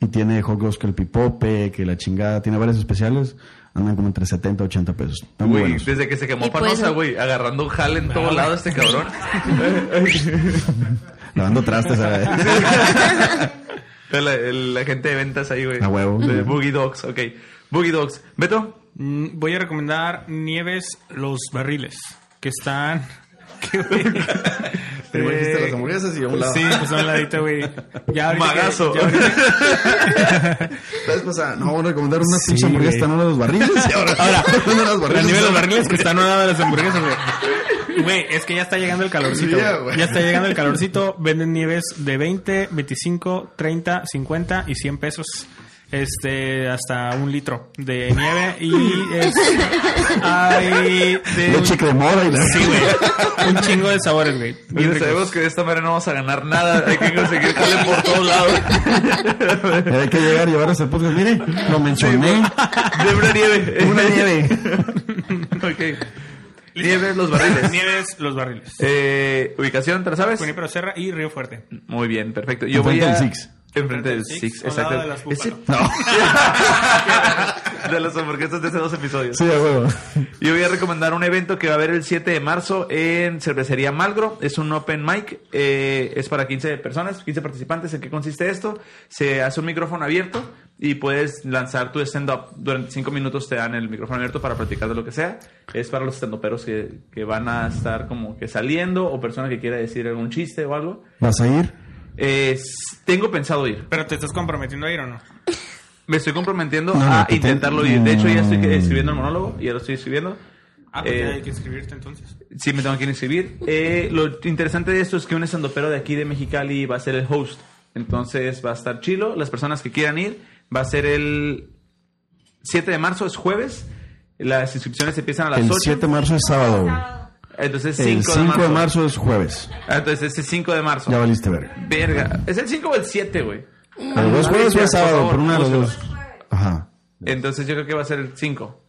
Y tiene hot dogs que el pipope, que la chingada, tiene varios especiales. Andan como entre 70 y 80 pesos. Están muy Güey, buenos. desde que se quemó Y pues- Panosa, güey, agarrando un jale en todo lado este cabrón. Lavando trastes, ¿sabes? la, el- la gente de ventas ahí, güey. A huevo. De Boogie Dogs, ok. Boogie Dogs. Beto, Mm, Voy a recomendar Nieves Los Barriles, que están... ¿Qué, güey? Primero dijiste las hamburguesas y a un lado. Sí, pues a un ladito, güey. Ya ahorita que- magazo. ya ahorita- ¿Sabes? Pues, O sea, no, vamos a recomendar unas Sí, pinches hamburguesas güey. están uno de los barriles. Y ahora, Ahora, uno de los la nieve barriles. de los está- barriles que están a un lado de las hamburguesas, güey. Güey, es que ya está llegando el calorcito. Sí, ya, güey. güey. ya está llegando el calorcito. Venden nieves de 20, 25, 30, 50 y 100 pesos. Este, hasta un litro de nieve. Y es, hay de Leche un, cremora y la... sí, güey, un chingo de sabores, güey. Bien Mira, ricos. sabemos que de esta manera no vamos a ganar nada. Hay que conseguir jale por todos lados. Hay que llegar y llevarnos el podcast. Mire, lo mencioné. De una nieve. Una nieve. ok. Nieve, los barriles. Nieves, los barriles. Eh, ubicación, ¿te la sabes? Junípero Serra y Río Fuerte. Muy bien, perfecto. Yo Enfrente voy a... del Six. Enfrente del Six, Six, al exacto. lado de las Ese- Búfalo. No. de las hamburguesas de hace dos episodios. Sí, a huevo. Yo voy a recomendar un evento que va a haber el 7 de marzo en Cervecería Malgro. Es un open mic. eh, es para 15 personas, 15 participantes. ¿En qué consiste esto? Se hace un micrófono abierto y puedes lanzar tu stand-up. Durante 5 minutos te dan el micrófono abierto para platicar de lo que sea. Es para los stand-uperos que, que van a estar como que saliendo o personas que quiera decir algún chiste o algo. ¿Vas a ir? Es- tengo pensado ir. Pero te estás comprometiendo a ir o no? Me estoy comprometiendo No, a no, te- Mm. intentarlo ir. De hecho, ya estoy escribiendo el monólogo. Ya lo estoy escribiendo. Ah, pues Eh, ya hay que inscribirte entonces. Sí, me tengo que inscribir. Eh, lo interesante de esto es que un estandopero de aquí de Mexicali va a ser el host. Entonces va a estar chilo. Las personas que quieran ir, va a ser el 7 de marzo, es jueves. Las inscripciones empiezan a las El 8. 7 de marzo es sábado. Entonces El 5 de 5 marzo. de marzo es jueves. Ah, Entonces es 5 de marzo. Ya valiste verga. Verga. ¿Es el 5 o el 7, güey? El dos jueves o es sábado, por una de las dos. Ajá. Entonces yo creo que va a ser el 5.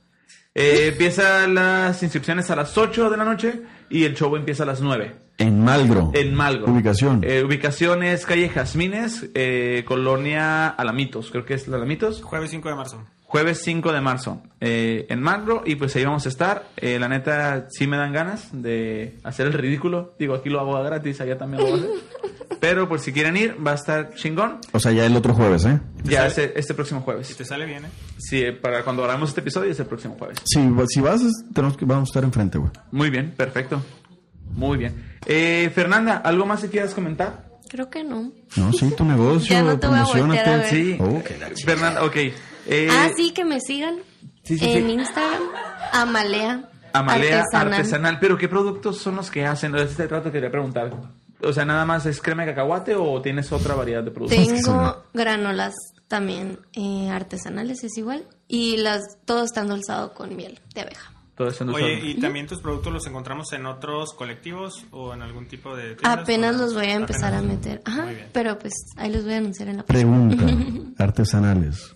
Eh, empieza las inscripciones a las 8 de la noche y el show empieza a las 9. En Malgro. En Malgo. Ubicación. Eh, ubicación es calle Jazmines, eh, colonia Alamitos, creo que es la Alamitos. Jueves 5 de marzo. Jueves 5 de marzo eh, en Malgo y pues ahí vamos a estar. Eh, la neta, sí me dan ganas de hacer el ridículo. Digo, aquí lo hago a gratis, allá también lo voy a hacer. Pero por si quieren ir, va a estar chingón. O sea, ya el otro jueves, ¿eh? Ya este, este próximo Si jueves. te sale bien, ¿eh? Sí, eh, para cuando grabemos este episodio es el próximo jueves. Si, si vas, es- tenemos que, vamos a estar enfrente, güey. Muy bien, perfecto. Muy bien. Eh, Fernanda, ¿algo más que quieras comentar? Creo que no. No, sí, tu negocio. Ya no te voy a promocionate. voltear a ver. Sí. Eh, Oh. Fernanda, ok. Eh, ah, sí, que me sigan Sí, sí, en sí. Instagram. Amalea. Amalea artesanal. Pero ¿qué productos son los que hacen? De este trato quería preguntar. O sea, ¿nada más es crema de cacahuate o tienes otra variedad de productos? Tengo granolas también eh, artesanales, es igual. Y las, todo está endulzado con miel de abeja. Todo eso no Oye, son- ¿y también tus productos los encontramos en otros colectivos o en algún tipo de tiendas? Apenas ¿O los voy a apenas? empezar a meter. Ajá, Muy bien. pero pues ahí los voy a anunciar en la próxima. Pregunta. Artesanales.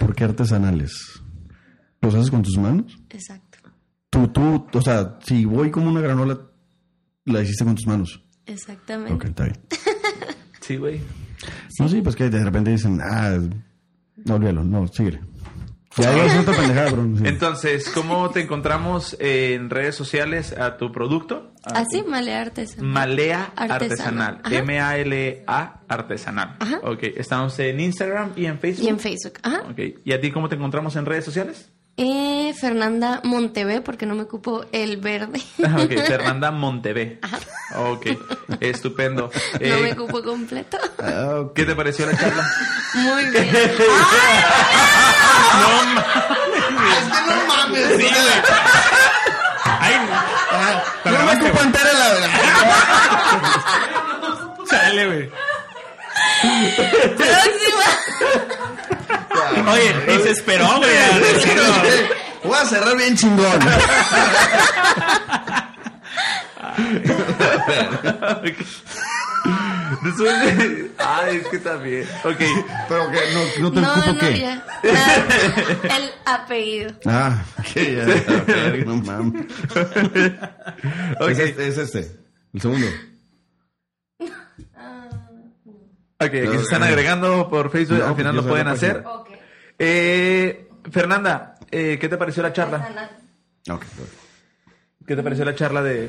¿Por qué artesanales? ¿Los haces con tus manos? Exacto, Tú, tú, o sea, si voy como una granola, la hiciste con tus manos. exactamente. Ok, está bien. Sí, güey. No, sí, pues que de repente dicen, ah, no olvídalo, no, síguele. Ya iba a hacer otra pendejada, pero. sí. Entonces, ¿cómo te encontramos en redes sociales a tu producto? A Ah, Así, tu- malea artesanal. Malea Artesanal. Artesanal. Ajá. M-A-L-A E Artesanal. Ajá. Ok, estamos en Instagram y en Facebook. Y en Facebook. Ajá. Ok, ¿y a ti cómo te encontramos en redes sociales? Eh, Fernanda Monteve, porque no me cupo el verde. Ah, Ok, Fernanda Montebé. Ok, estupendo. no Eh, me cupo completo. Ah, ok. ¿Qué te pareció la charla? Muy bien. ah, No me ocupo entera la verdad. Chale, güey. Próxima. Ah. Oye, y se esperó, güey. a decirlo. Voy a cerrar bien chingón. Ok. Después de- Ay, es que también. Ok, Pero que no, no te No, ocupo no, qué. ya. Nada. El apellido. Ah, que ya. ok, no mames. ok, Es, este, es este, el segundo. ok, que se están agregando por Facebook, No, al final yo lo soy pueden la hacer. página. Ok. Eh, Fernanda, eh, ¿qué te pareció la charla? Artesanal. Ok. pues. ¿Qué te pareció la charla de,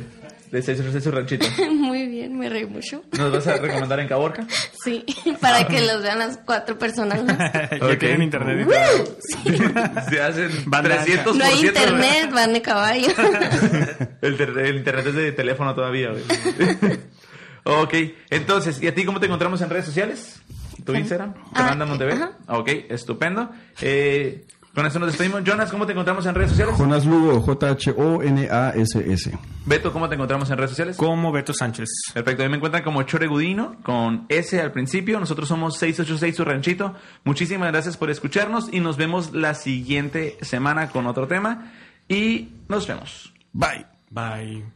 de 606 Ranchito? Muy bien, me reí mucho. ¿Nos vas a recomendar en Caborca? Sí, para que los vean las cuatro personas más. Ya Ok. tienen internet. y todo. Se hacen Banda ancha. 300%. No hay internet, van de caballo. El, ter- el internet es de teléfono todavía, güey. ok, entonces, ¿y a ti cómo te encontramos en redes sociales? ¿Tu Fer- Instagram? Ah, Fernanda eh, Monteve. ajá. Ok, estupendo. Eh, con eso nos despedimos. Jonas, ¿cómo te encontramos en redes sociales? Jonas Lugo, J-H-O-N-A-S-S. Beto, ¿cómo te encontramos en redes sociales? Como Beto Sánchez. Perfecto, ahí me encuentran como Chore Gudino, con S al principio. Nosotros somos 686 Su Ranchito. Muchísimas gracias por escucharnos y nos vemos la siguiente semana con otro tema. Y nos vemos. Bye. Bye.